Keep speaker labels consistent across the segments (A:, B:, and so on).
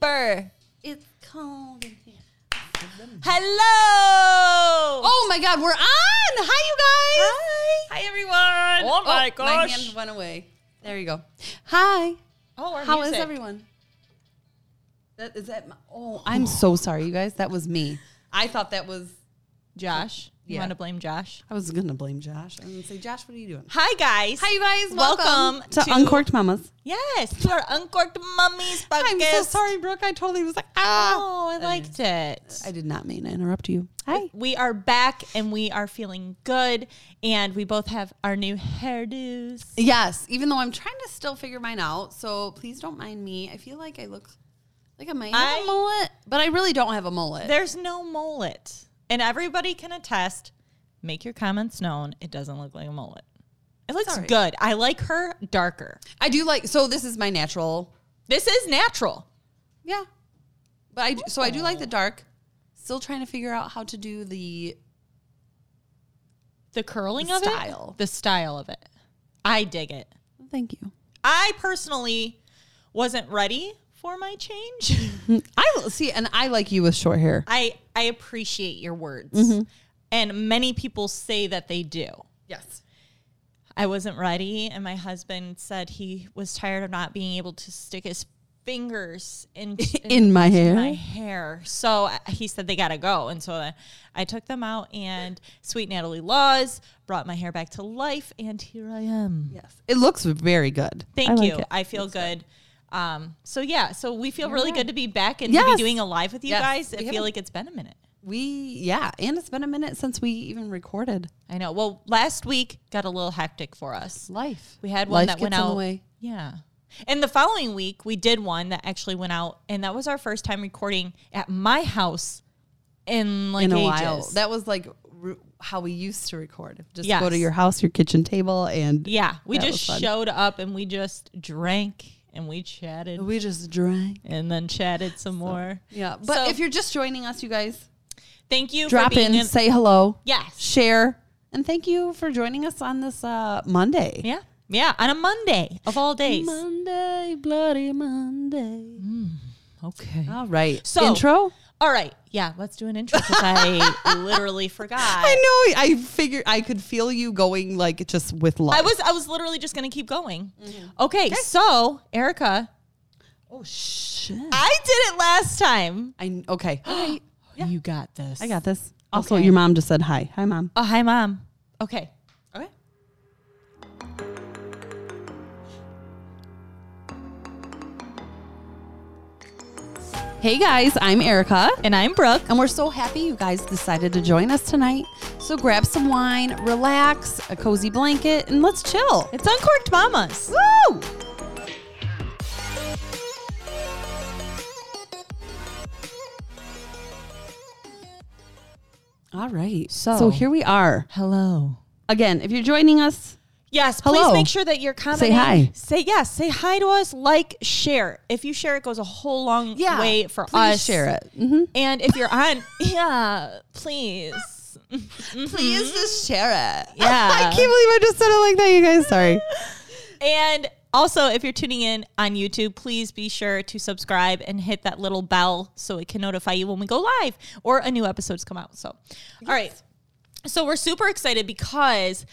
A: Burr.
B: It's cold in here.
A: Hello.
B: Oh my God, we're on! Hi, you guys. Hi.
A: Hi everyone. Oh my
B: My
A: gosh.
B: hand went away. There you go. Hi.
A: oh, our
B: How is
A: music.
B: everyone? That is that. My, oh, I'm so sorry, you guys. That was me. I thought that was.
A: Josh. You
B: Yeah.
A: want to blame Josh?
B: I was gonna blame Josh. I'm gonna say, Josh, what are you doing?
A: Hi guys.
B: Hi, you guys. Welcome,
A: Welcome
B: to,
A: to-
B: Uncorked Mamas.
A: Yes, to our uncorked mummies podcast.
B: I'm so sorry, Brooke. I totally was like, ah.
A: Oh, I liked it.
B: I did not mean to interrupt you. Hi.
A: We are back and we are feeling good, and we both have our new hairdos.
B: Yes, even though I'm trying to still figure mine out, so please don't mind me. I feel like I look like I might have a
A: I-
B: mullet, but I really don't have a mullet.
A: There's no mullet, and everybody can attest. Make your comments known. It doesn't look like a mullet. It looks
B: Sorry.
A: good. I like her darker.
B: I do like so this is my natural.
A: This is natural.
B: Yeah. But I do, so I do like the dark. Still trying to figure out how to do the
A: The curling
B: The
A: of
B: style.
A: it, the style of it. I dig it.
B: Thank you.
A: I personally wasn't ready for my change.
B: I see and I like you with short hair.
A: I I appreciate your words.
B: Mm-hmm.
A: And many people say that they do.
B: Yes.
A: I wasn't ready and my husband said he was tired of not being able to stick his fingers in,
B: In my
A: into
B: hair?
A: My hair. So I- he said they got to go. And so I, I took them out and sweet Natalie Laws brought my hair back to life and here I am.
B: Yes. It looks very good.
A: Thank
B: I like
A: you.
B: it.
A: I feel good. Um, so yeah, so we feel really good to be back and to
B: Yes.
A: be doing a live with you
B: Yes.
A: guys. I
B: We
A: feel
B: haven't-
A: like it's been a minute.
B: We yeah, and it's been a minute since we even recorded
A: I know. Well, last week got a little hectic for us.
B: life.
A: We had one
B: Life
A: that went
B: gets in the
A: out.
B: way.
A: Yeah. And the following week we did one that actually went out and that was our first time recording at my house in like
B: in a
A: ages.
B: while. That was like r how we used to record. Just
A: Yes.
B: go to your house, your kitchen table, and
A: yeah. We
B: That
A: just
B: was fun.
A: showed up and we just drank and we chatted
B: we just drank.
A: and then chatted some more.
B: Yeah, but
A: So-
B: if you're just joining us, you guys
A: Thank you
B: drop
A: for being
B: in, say hello,
A: Yes.
B: share, and thank you for joining us on this uh, Monday.
A: Yeah. Yeah. On a Monday of all days.
B: Monday, bloody Monday.
A: Okay.
B: All right,
A: So-
B: intro.
A: All right. Yeah. Let's do an intro because I literally forgot.
B: I
A: I,
B: know. I figured I could feel you going like just with love.
A: was I was literally just gonna keep going.
B: Mm-hmm.
A: Okay, So Erica,
B: Oh shit!
A: I did it last time.
B: I okay.
A: You got this.
B: I got this. Also,
A: Okay.
B: your mom just said hi. Hi, mom.
A: Oh, hi, mom. Okay.
B: Okay. Hey guys, I'm Erica.
A: And I'm Brooke.
B: And we're so happy you guys decided to join us tonight. So grab some wine, relax, a cozy blanket, and let's chill.
A: It's Uncorked Mamas.
B: Woo! All right. So,
A: So-
B: here we are.
A: Hello.
B: Again, if you're joining us,
A: Yes, please
B: Hello.
A: make sure that you're commenting.
B: hi.
A: Say yes. Say hi to us. Like, share. If you share, it goes a whole long
B: Yeah,
A: way for
B: please
A: us.
B: share it. Mhm.
A: And if you're on, yeah, please.
B: Please just share it.
A: Yeah.
B: I can't believe I just said it like that, you guys. Sorry.
A: And also, if you're tuning in on YouTube, please be sure to subscribe and hit that little bell so it can notify you when we go live or a new episode's come out. So, all right. So, we're super excited because,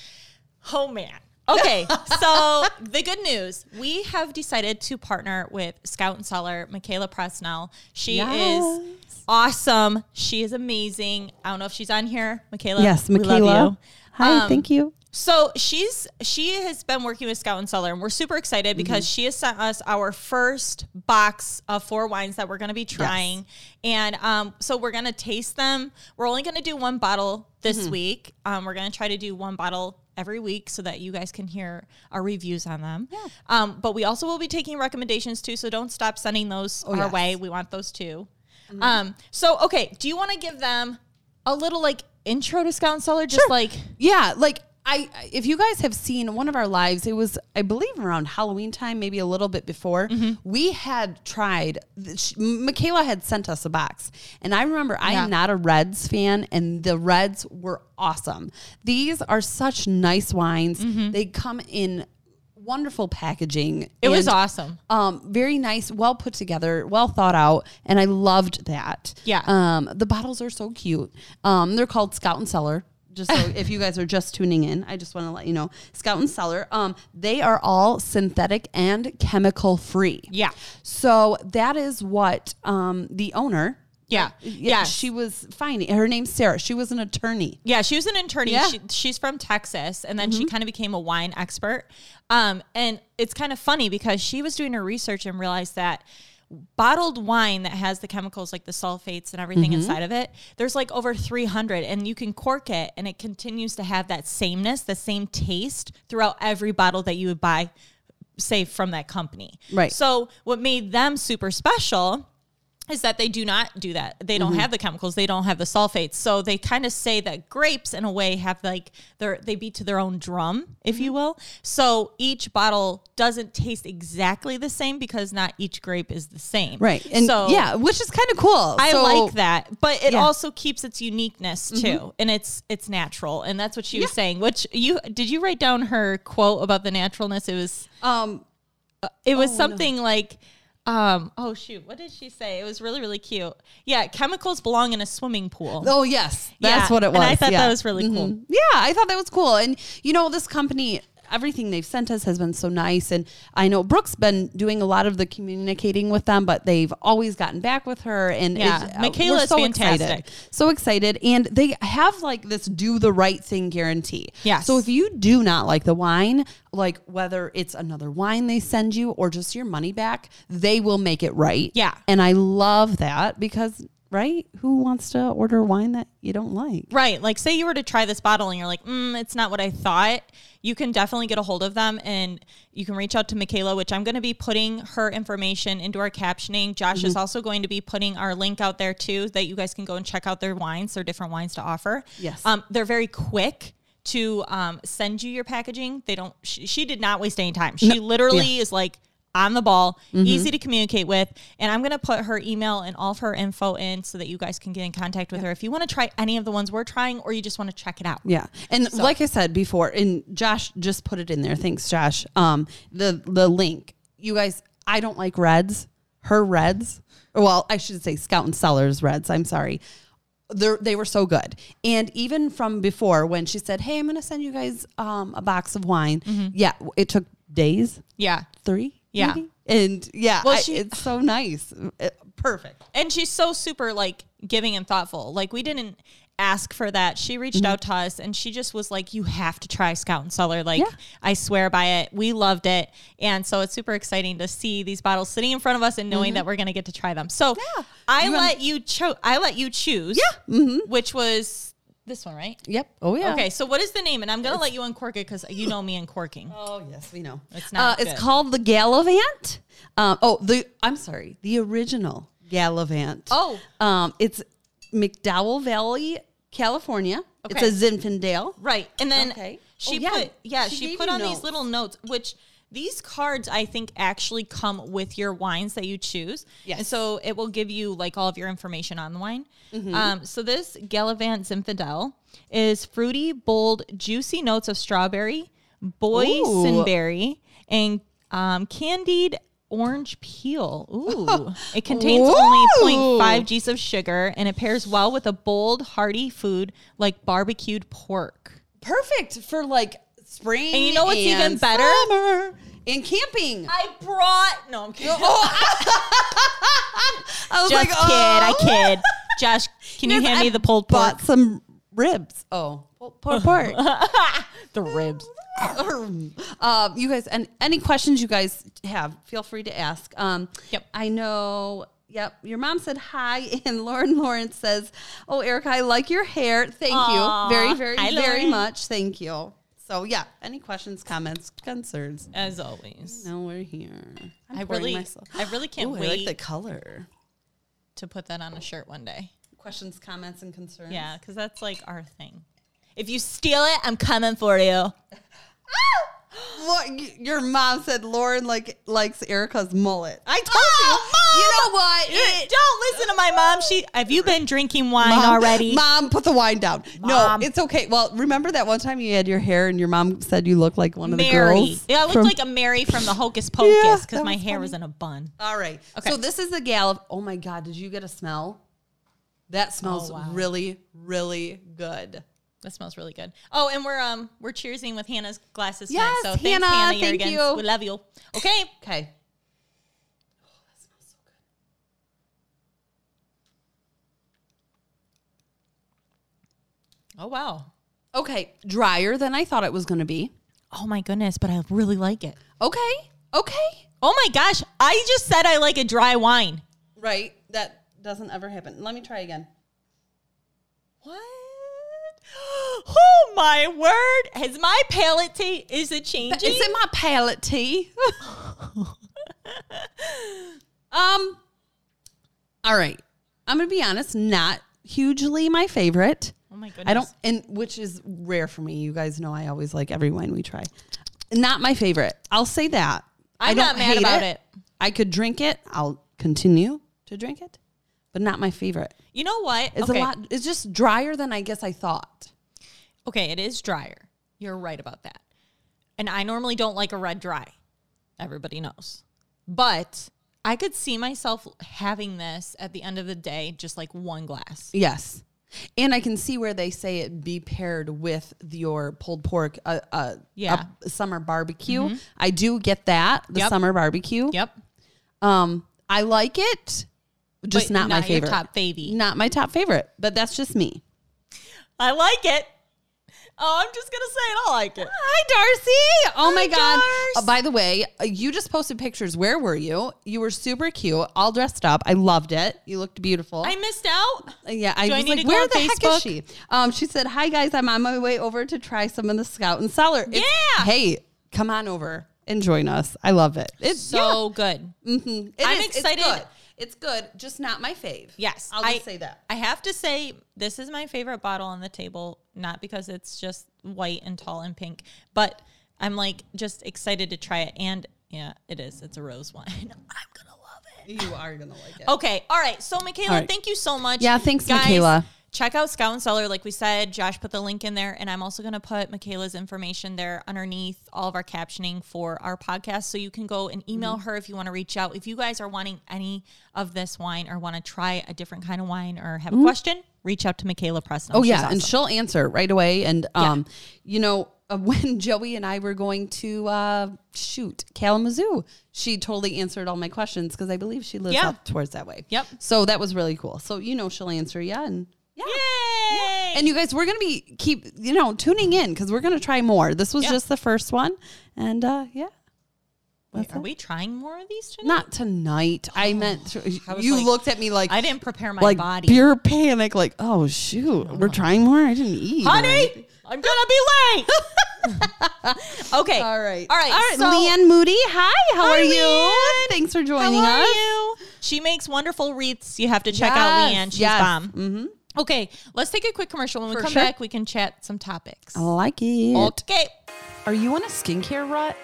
A: oh man. Okay. so, the good news we have decided to partner with Scout and Seller, Michaela Presnell. She
B: Yes.
A: is awesome. She is amazing. I don't know if she's on here. Michaela.
B: Yes,
A: we love
B: Michaela.
A: you.
B: Hi,
A: Um,
B: thank you.
A: So she's she has been working with Scout and Cellar, and we're super excited because she has sent us our first box of four wines that we're going to be trying, and um, so we're going to taste them. We're only going to do one bottle this week. Um, we're going to try to do one bottle every week so that you guys can hear our reviews on them. Yeah. Um, but we also will be taking recommendations too, so don't stop sending those our
B: yes.
A: way. We want those too. Um, so okay, do you want to give them a little like intro to Scout and Cellar, just like?
B: Yeah, like I if you guys have seen one of our lives, it was I believe around Halloween time, maybe a little bit before.
A: Mm-hmm.
B: We had tried sh- Michaela had sent us a box. And I remember I
A: Yeah.
B: am not a Reds fan and the Reds were awesome. These are such nice wines. They come in wonderful packaging.
A: Mm-hmm. It was
B: and,
A: awesome.
B: Um, very nice, well put together, well thought out, and I loved that.
A: Yeah.
B: Um, the bottles are so cute. Um, they're called Scout and Cellar. Just so if you guys are just tuning in, I just want to let you know Scout and Cellar. Um, they are all synthetic and chemical free.
A: Yeah.
B: So that is what um the owner.
A: Yeah.
B: Uh, Yeah.
A: Yes.
B: She was finding her name's Sarah. She was an attorney.
A: Yeah, she was an attorney.
B: Yeah. Mm-hmm.
A: She, she's from Texas, and then she kind of became a wine expert. Um, and it's kind of funny because she was doing her research and realized that bottled wine that has the chemicals like the sulfates and everything
B: Mm-hmm.
A: inside of it, there's like over 300, and you can cork it, and it continues to have that sameness, the same taste throughout every bottle that you would buy, say from that company.
B: Right.
A: So what made them super special is that they do not do that. They
B: Mm-hmm.
A: don't have the chemicals. They don't have the sulfates. So they kind of say that grapes, in a way, have like their they beat to their own drum, if
B: Mm-hmm.
A: you will. So each bottle doesn't taste exactly the same because not each grape is the same.
B: Right. And
A: so
B: yeah, which is kind of cool.
A: I
B: So-
A: like that, but it
B: Yeah. Mm-hmm.
A: also keeps its uniqueness too, and it's it's natural, and that's what she was saying. Which you did you write down her quote about the naturalness? It was
B: Um,
A: it was something like, um, oh shoot, what did she say? It was really, really cute. Yeah, chemicals belong in a swimming pool.
B: oh yes,
A: Yeah,
B: that's what it was.
A: And I thought
B: yeah. Mm-hmm.
A: that was really cool.
B: Yeah, I thought that was cool. And you know, this company, everything they've sent us has been so nice. And I know Brooke's been doing a lot of the communicating with them, but they've always gotten back with her. And
A: Yeah,
B: it's- uh,
A: Michaela's fantastic.
B: excited, so excited. And they have like this do the right thing guarantee.
A: Yes.
B: So if you do not like the wine, like whether it's another wine they send you or just your money back, they will make it right.
A: Yeah.
B: And I love that because. Right? Who wants to order wine that you don't like?
A: Right. Like, say you were to try this bottle and you're like, mm, it's not what I thought. You can definitely get a hold of them and you can reach out to Michaela, which I'm going to be putting her information into our captioning. Josh is also going to be putting our link out there too that you guys can go and check out their wines, their different wines to offer.
B: Yes.
A: Um, they're very quick to um, send you your packaging. They don't, she, she did not waste any time. She literally is like, on the ball, easy to communicate with. And I'm going to put her email and all of her info in so that you guys can get in contact with her if you want to try any of the ones we're trying or you just want to check it out.
B: Yeah. And like I said before, and Josh just put it in there. Thanks, Josh. Um, the the link. You guys, I don't like reds. Her reds. Well, I should say Scout and Sellers reds. I'm sorry. They're, they were so good. And even from before when she said, Hey, I'm going to send you guys um, a box of wine. Yeah. It took days,
A: Yeah.
B: three.
A: Yeah.
B: maybe? And yeah,
A: Well,
B: I-
A: she-
B: it's so nice. It- perfect.
A: And she's so super like giving and thoughtful. Like we didn't ask for that. She reached out to us and she just was like, You have to try Scout and Cellar. Like
B: Yeah.
A: I swear by it. We loved it. And so it's super exciting to see these bottles sitting in front of us and knowing that we're gonna get to try them. So I let you cho- I let you choose. Yeah. Which was this one, right?
B: Yep. Oh, yeah.
A: Okay, so what is the name? And I'm gonna let you uncork it because you know me uncorking.
B: Oh yes, we know. It's
A: not
B: Uh, it's
A: good.
B: called the Gallivant. Um, oh, the I'm sorry, the original Gallivant.
A: Oh.
B: um, it's McDowell Valley, California.
A: Okay.
B: It's a Zinfandel.
A: Right, and then
B: Okay.
A: she
B: Oh, yeah.
A: put yeah
B: She
A: she,
B: gave
A: put
B: you
A: on
B: notes.
A: these little notes, which these cards I think actually come with your wines that you choose.
B: Yes.
A: and so it will give you like all of your information on the wine.
B: Mm-hmm.
A: Um, so this Gallivant Zinfandel is fruity, bold, juicy notes of strawberry, boysenberry, and um, candied. Orange peel. Ooh. It contains only
B: Ooh.
A: 0.5 G's of sugar and it pairs well with a bold, hearty food like barbecued pork.
B: Perfect for like spring.
A: And you know what's
B: and
A: even better?
B: Summer and camping.
A: I brought no, I'm kidding.
B: I was "Oh,
A: Just kid, I kid. Josh, can you
B: Yes,
A: hand
B: I
A: me the pulled pork?
B: Bought some ribs. Oh, pulled pork. pork.
A: The ribs.
B: um, you guys, and any questions you guys have, feel free to ask. Um,
A: Yep.
B: I know. Yep. Your mom said hi, and Lauren Lawrence says, "Oh, Erica, I like your hair. Thank
A: Aw.
B: you very, very,
A: Hi,
B: very
A: Lauren.
B: much. Thank you." So, yeah. Any questions, comments, concerns?
A: As always.
B: No, we're here. I'm
A: I
B: pouring
A: really
B: myself.
A: I really can't
B: Ooh, I
A: wait
B: like the color.
A: to put that on a shirt one day.
B: Questions, comments, and concerns.
A: Yeah, because that's like our thing. If you steal it, I'm coming for you.
B: What your mom said, Lauren like likes Erica's mullet. I told
A: Oh,
B: You know what? It-
A: Don't listen to my mom. She have you been drinking wine already?
B: Mom, put the wine down.
A: Mom.
B: No, it's okay. Well, remember that one time you had your hair and your mom said you look like one of the
A: Mary.
B: girls?
A: Yeah, I looked
B: from-
A: like a Mary from the Hocus Pocus
B: Yeah,
A: because
B: that
A: my
B: was
A: hair
B: funny.
A: was in a bun.
B: All right.
A: Okay.
B: So this is the gal of, oh my God, did you get a smell? That smells
A: Oh, wow.
B: really, really good.
A: That smells really good. Oh, and we're um we're cheersing with Hannah's glasses
B: Yes,
A: tonight. So
B: Hannah,
A: thanks, Hannah
B: thank
A: Yergens.
B: you.
A: We love you. Okay.
B: Okay.
A: Oh wow.
B: Okay. Drier than I thought it was going to be.
A: Oh my goodness, but I really like it.
B: Okay. Okay.
A: Oh my gosh, I just said I like a dry wine.
B: Right. That doesn't ever happen. Let me try again.
A: What? Oh my word! Has my palate ta- is it
B: But
A: changing?
B: It's in my palate tea. um. All right. I'm gonna be honest. Not hugely my favorite.
A: oh my goodness!
B: I don't, and which is rare for me. You guys know I always like every wine we try. Not my favorite. I'll say that. I
A: I'm
B: don't
A: not mad
B: hate
A: about it.
B: I could drink it. I'll continue to drink it, but not my favorite.
A: You know what?
B: It's
A: okay.
B: a lot. It's just drier than I guess I thought.
A: Okay, it is drier. You're right about that. And I normally don't like a red dry. Everybody knows. But I could see myself having this at the end of the day, just like one glass.
B: Yes. And I can see where they say it be paired with your pulled pork, uh, uh,
A: Yeah.
B: a summer barbecue. I do get that, the
A: Yep.
B: summer barbecue.
A: Yep.
B: Um, I like it, just
A: But
B: not, my
A: not your
B: favorite.
A: top favy.
B: Not my top favorite, but that's just me.
A: I like it. Oh, I'm just going to say it. I like it.
B: Hi, Darcy. Oh my
A: Hi,
B: God.
A: Darce.
B: Uh, by the way, uh, you just posted pictures. Where were you? You were super cute, all dressed up. I loved it. You looked beautiful.
A: I missed out.
B: Yeah, I
A: Do I
B: was
A: need
B: like,
A: to go
B: where
A: on
B: the heck is
A: Facebook?"
B: she? Um, she said, "Hi guys, I'm on my way over to try some of the Scout and Cellar. It's-
A: Yeah.
B: hey, come on over and join us. I love it. It's
A: So good.
B: yeah, it
A: I'm
B: is.
A: excited.
B: It's good. It's good, just not my fave.
A: Yes.
B: I'll just
A: I-
B: say that.
A: I have to say, this is my favorite bottle on the table, not because it's just white and tall and pink, but I'm like just excited to try it. And yeah, it is. It's a rose wine. I'm going to love it.
B: You are gonna like it.
A: Okay. All right. So, Michaela,
B: All right.
A: thank you so much.
B: Yeah, thanks, Michaela.
A: Check out Scout and Cellar. Like we said, Josh put the link in there. And I'm also going to put Michaela's information there underneath all of our captioning for our podcast. So you can go and email
B: Mm-hmm.
A: her if you want to reach out. If you guys are wanting any of this wine or want to try a different kind of wine or have a question, reach out to Michaela Preston.
B: Mm-hmm. Oh yeah, and she'll answer right away. And
A: Yeah.
B: um, you know, uh, when Joey and I were going to uh, shoot Kalamazoo, she totally answered all my questions because I believe she lives
A: Yeah.
B: up towards that way.
A: Yep.
B: So that was really cool. So you know, she'll answer. Yeah, and yeah.
A: Yay!
B: And you guys, we're gonna be keep you know tuning in because we're gonna try more. This was
A: Yeah.
B: just the first one, and uh, yeah,
A: are we trying more of these tonight?
B: not tonight. I meant to,
A: I was
B: you
A: like-
B: looked at me like
A: I didn't prepare my
B: like
A: body.
B: pure panic. Like oh shoot, we're trying more. I didn't eat,
A: Honey, I'm going to be late. okay.
B: All right.
A: All right.
B: All right.
A: so-
B: Leanne Moody. Hi. How
A: Hi,
B: are you?
A: Leanne.
B: Thanks for joining
A: How are
B: us.
A: you? She makes wonderful wreaths. You have to check out
B: Yes,
A: Leanne. She's
B: yes.
A: bomb. Okay, let's take a quick commercial. When we
B: For
A: come
B: sure.
A: back, we can chat some topics.
B: I like it.
A: Okay.
B: Are you in a skincare rut?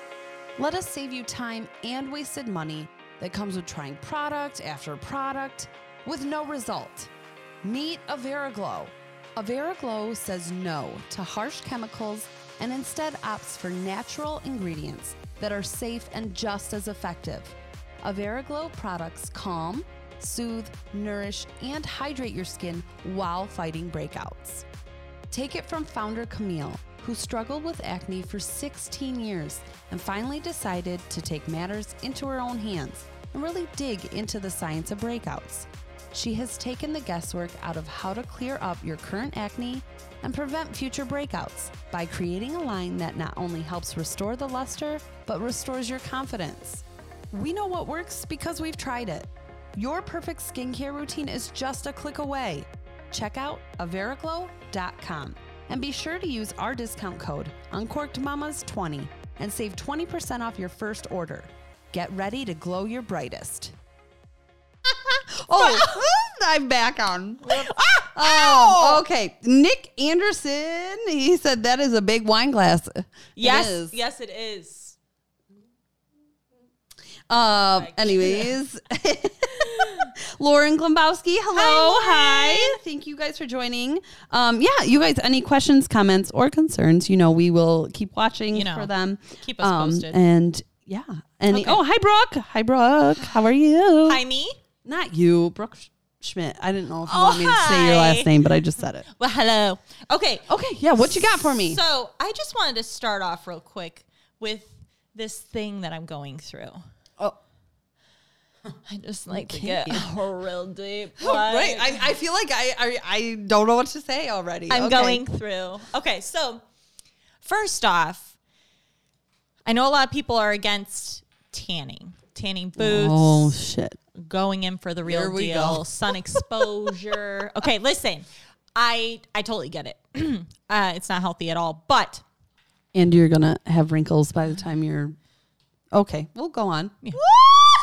B: Let us save you time and wasted money that comes with trying product after product with no result. Meet Avera Glow. Avera Glow says no to harsh chemicals and instead opts for natural ingredients that are safe and just as effective. Avera Glow products calm, soothe, nourish, and hydrate your skin while fighting breakouts. Take it from founder Camille, who struggled with acne for 16 years and finally decided to take matters into her own hands and really dig into the science of breakouts. She has taken the guesswork out of how to clear up your current acne and prevent future breakouts by creating a line that not only helps restore the luster, but restores your confidence. We know what works because we've tried it. Your perfect skincare routine is just a click away. Check out averaglow.com and be sure to use our discount code uncorkedmamas20 and save 20% off your first order. Get ready to glow your brightest. oh, I'm back on. Oh, okay. Nick Anderson, he said that is a big wine glass.
A: Yes. Yes, it is.
B: Um. Uh, Anyways, Lauren Glumbowski. Hello.
A: Hi,
B: Hi.
A: Lauren.
B: Thank you guys for joining. Um, yeah, you guys, any questions, comments, or concerns, you know, we will keep watching
A: You know,
B: for them. Um,
A: keep us posted.
B: And yeah. Any,
A: Okay.
B: Oh, hi, Brooke. Hi, Brooke. How are you?
A: Hi, me.
B: Not you, Brooke Sch- Schmidt. I didn't know if you
A: Oh,
B: want me to say your
A: hi.
B: last name, but I just said it.
A: Well, hello. Oh, Okay.
B: Okay. Yeah. What you got for me?
A: So I just wanted to start off real quick with this thing that I'm going through.
B: oh,
A: I just like to get real deep.
B: Oh, right.
A: like-
B: I, I feel like I, I I don't know what to say already.
A: I'm
B: Okay.
A: going through. Okay, so first off, I know a lot of people are against tanning, tanning boots,
B: Oh shit.
A: going in for the real
B: Here we
A: deal,
B: go.
A: sun exposure. okay, listen, I I totally get it. uh, it's not healthy at all, but
B: And you're gonna have wrinkles by the time you're. Okay, we'll go on.
A: It's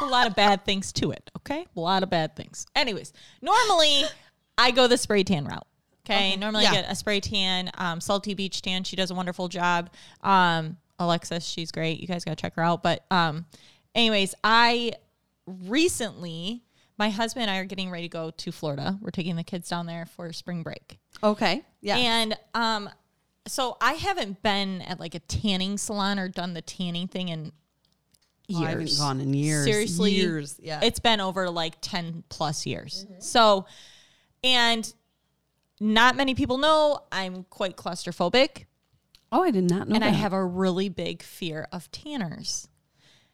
A: a lot of bad things to it. Okay, a lot of bad things. Anyways, normally I go the spray tan route. Okay, normally
B: yeah.
A: I get a spray tan, um, salty beach tan. She does a wonderful job. Um, Alexis, she's great. You guys gotta check her out. But um, anyways, I recently my husband and I are getting ready to go to Florida. We're taking the kids down there for spring break.
B: Okay. Yeah.
A: And um, so I haven't been at like a tanning salon or done the tanning thing in years.
B: Oh, I haven't gone in years.
A: Seriously,
B: Years. Yeah. Mm-hmm.
A: It's been over like 10 plus years. So, and not many people know I'm quite claustrophobic
B: oh, I did not know.
A: and I
B: that.
A: have a really big fear of tanners.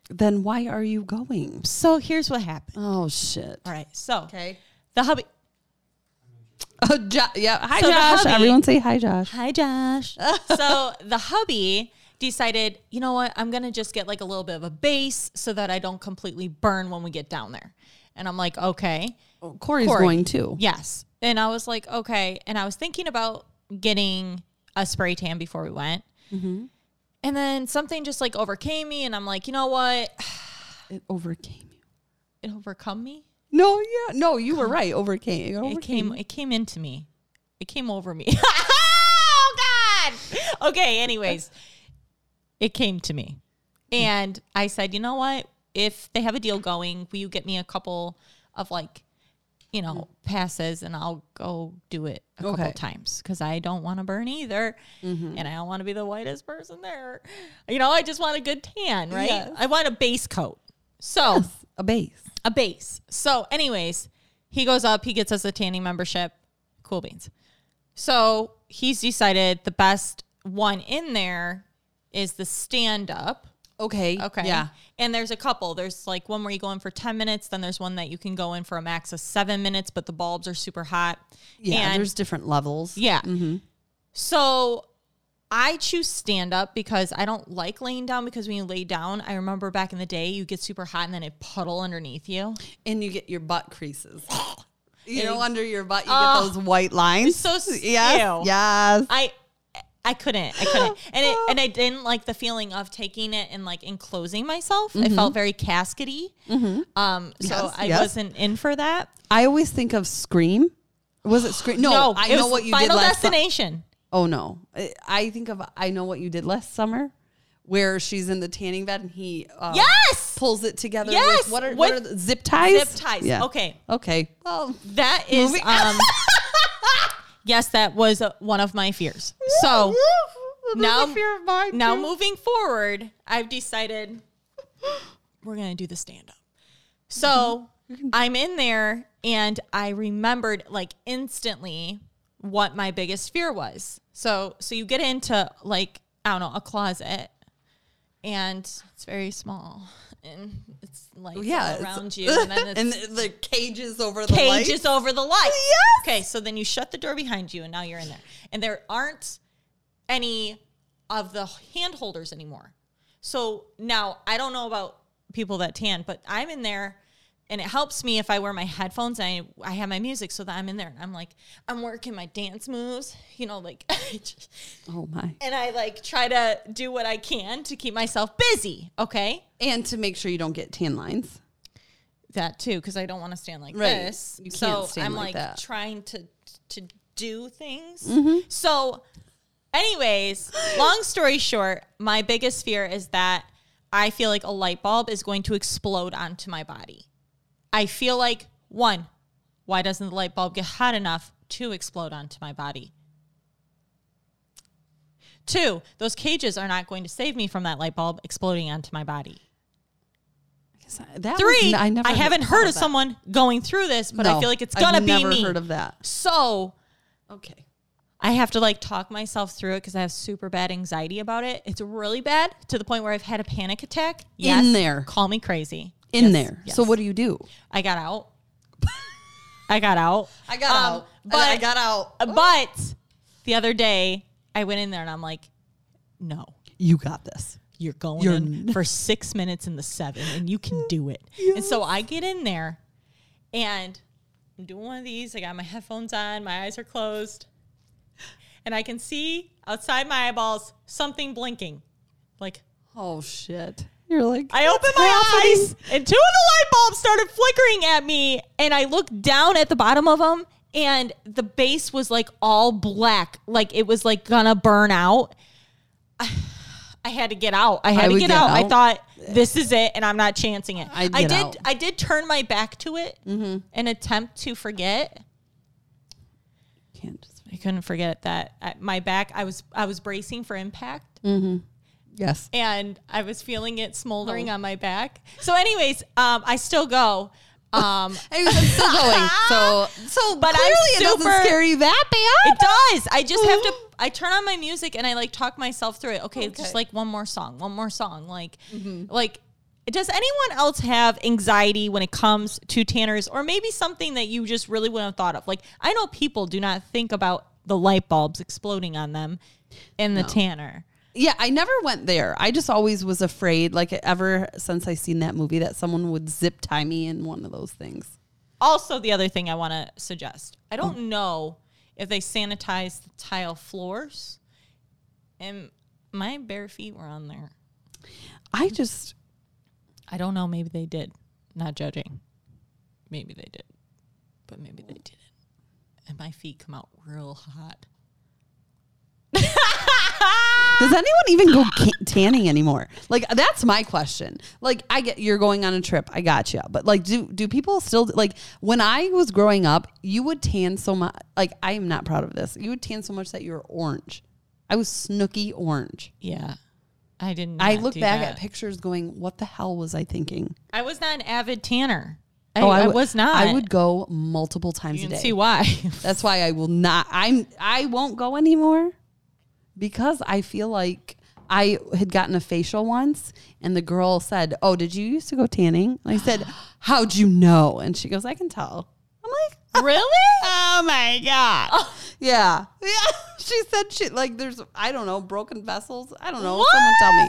B: Then why are you going?
A: So here's what happened.
B: Oh shit.
A: All right. So
B: Okay.
A: the hubby,
B: Oh, jo- yeah. Hi,
A: So the
B: Josh.
A: hubby-
B: Everyone say hi, Josh.
A: Hi, Josh. so the hubby decided, you know what? I'm going to just get like a little bit of a base so that I don't completely burn when we get down there. And I'm like, okay.
B: Corey's
A: Oh, Corey.
B: going too.
A: Yes. And I was like, okay. And I was thinking about getting a spray tan before we went. And then something just like overcame me. And I'm like, you know what?
B: It overcame you.
A: It overcome me.
B: No. Yeah. No, you were right. Overcame.
A: It
B: overcame.
A: came, it came into me. It came over me. oh, God. Okay. Anyways, it came to me. And I said, you know what? If they have a deal going, will you get me a couple of like, you know, passes and I'll go do it a couple
B: Okay. Mm-hmm.
A: times because I don't want to burn either. And I don't want to be the whitest person there. You know, I just want a good tan, right?
B: Yes.
A: I want a base coat. So
B: A base.
A: a base. So, anyways, he goes up, he gets us a tanning membership. Cool beans. So he's decided the best one in there is the stand up.
B: Okay.
A: Okay.
B: Yeah.
A: And there's a couple. There's like one where you go in for 10 minutes, then there's one that you can go in for a max of seven minutes, but the bulbs are super hot.
B: Yeah.
A: And
B: there's Mm-hmm. different levels.
A: yeah. So I choose stand up because I don't like laying down because when you lay down, I remember back in the day you get super hot and then it puddle underneath you.
B: and you get your butt creases. You
A: It
B: know, under your butt, you
A: Oh.
B: get those white lines.
A: so s-
B: yes,
A: ew.
B: yes.
A: I I couldn't. I couldn't. And it, and I didn't like the feeling of taking it and like enclosing myself. It felt very caskety. Um so
B: Mm-hmm. Yes,
A: I
B: yes.
A: wasn't in for that.
B: I always think of Scream. Was it Scream? No, Oh, I
A: it
B: know
A: was
B: what you
A: Final
B: did last. Summer.
A: destination.
B: Oh no, I- I think of I know what you did last summer, where she's in the tanning bed and he uh,
A: Yes.
B: pulls it together.
A: Yes,
B: with, what are,
A: with
B: what are the, zip ties?
A: Zip ties.
B: Yeah.
A: Okay.
B: Okay. Well,
A: That is
B: Moving-
A: um Yes, that was uh, one of my fears. So now, now moving forward, I've decided we're gonna do the stand up.
B: Mm-hmm.
A: So I'm in there, and I remembered like instantly what my biggest fear was. So so you get into like I don't know a closet, and it's very small, and it's like
B: yeah,
A: all
B: it's-
A: around you, and then it's
B: and the, the cages over the lights.
A: cages over the lights. Okay, so then you shut the door behind you, and now you're in there. And there aren't any of the hand holders anymore. So now I don't know about people that tan, but I'm in there. And it helps me if I wear my headphones and I, I have my music so that I'm in there and I'm like, I'm working my dance moves, you know, like,
B: Oh my!
A: and I like try to do what I can to keep myself busy. Okay.
B: And to make sure you don't get tan lines.
A: that too because I don't want to stand like
B: Right.
A: this.
B: You
A: so
B: can't stand
A: I'm like,
B: like that. Mm-hmm.
A: trying to to do things. So, anyways, long story short, my biggest fear is that I feel like a light bulb is going to explode onto my body. I feel like One, why doesn't the light bulb get hot enough to explode onto my body? Two, those cages are not going to save me from that light bulb exploding onto my body.
B: That was-
A: Three,
B: n-
A: I,
B: never
A: haven't heard of
B: that.
A: someone going through this, but I
B: No,
A: feel like it's
B: I've
A: gonna be
B: never
A: me.
B: Heard of that?
A: so
B: Okay.
A: I have to like talk myself through it because I have super bad anxiety about it. It's really bad to the point where I've had a panic attack. Yes,
B: there.
A: Call me crazy.
B: In
A: Yes,
B: there.
A: yes.
B: So what do you do?
A: I got out. I got out.
B: I got
A: Um,
B: out.
A: But
B: I got out.
A: But the other day, I went in there and I'm like, no,
B: You got this.
A: you're going
B: You're
A: in for six minutes in the seven, and you can do it. And so I get in there, and I'm doing one of these. I got my headphones on. My eyes are closed, and I can see outside my eyeballs something blinking, like
B: Oh shit. You're like
A: I opened my
B: happening?
A: eyes and two of the light bulbs started flickering at me. And I looked down at the bottom of them and the base was like all black. Like it was like gonna burn out. I had to get out. I had
B: I
A: to
B: would
A: get,
B: get
A: out. I
B: out.
A: thought this is it and I'm not chancing it.
B: I'd
A: I
B: get
A: did
B: out. Mm-hmm.
A: I did turn my back to it and attempt to forget.
B: can't. just-
A: I couldn't forget that at my back I was I was bracing for impact.
B: Yes.
A: and I was feeling it smoldering on my back. So, anyways, um, I still go. Um,
B: I'm still going. So so
A: But I'm
B: clearly it
A: super-
B: doesn't scare you that bad.
A: it does. I just have to. I turn on my music and I like talk myself through it. Okay, just
B: Okay.
A: like one more song, one more song. Like, like. Does anyone else have anxiety when it comes to tanners, or maybe something that you just really wouldn't have thought of? Like, I know people do not think about the light bulbs exploding on them in the tanner.
B: Yeah, I never went there. I just always was afraid, like ever since I seen that movie, that someone would zip tie me in one of those things.
A: Also, the other thing I want to suggest I don't
B: Mm.
A: know if they sanitize the tile floors, and my bare feet were on there.
B: I just
A: I don't know. Maybe they did. Not judging. Maybe they did, but maybe they didn't. And my feet come out real hot.
B: does anyone even go ca- tanning anymore? Like that's my question. Like I get you're going on a trip, I got you, but like do do people still like when I was growing up, you would tan so much. Like I am not proud of this. You would tan so much that you were orange. I was snooky orange.
A: Yeah, I didn't.
B: I look back at pictures, going, "What the hell was I thinking?"
A: I was not an avid tanner. I, I
B: would-
A: was not.
B: Oh, I would go multiple times
A: You
B: a day.
A: can see why.
B: That's why I will not. I'm. I won't go anymore because I feel like I had gotten a facial once, and the girl said, "Oh, did you used to go tanning?" And I said, "How'd you know?" And she goes, "I can tell." I'm like,
A: really?
B: "Oh my god." Yeah, yeah. She said she like there's I don't know broken vessels. I don't know. Someone tell me.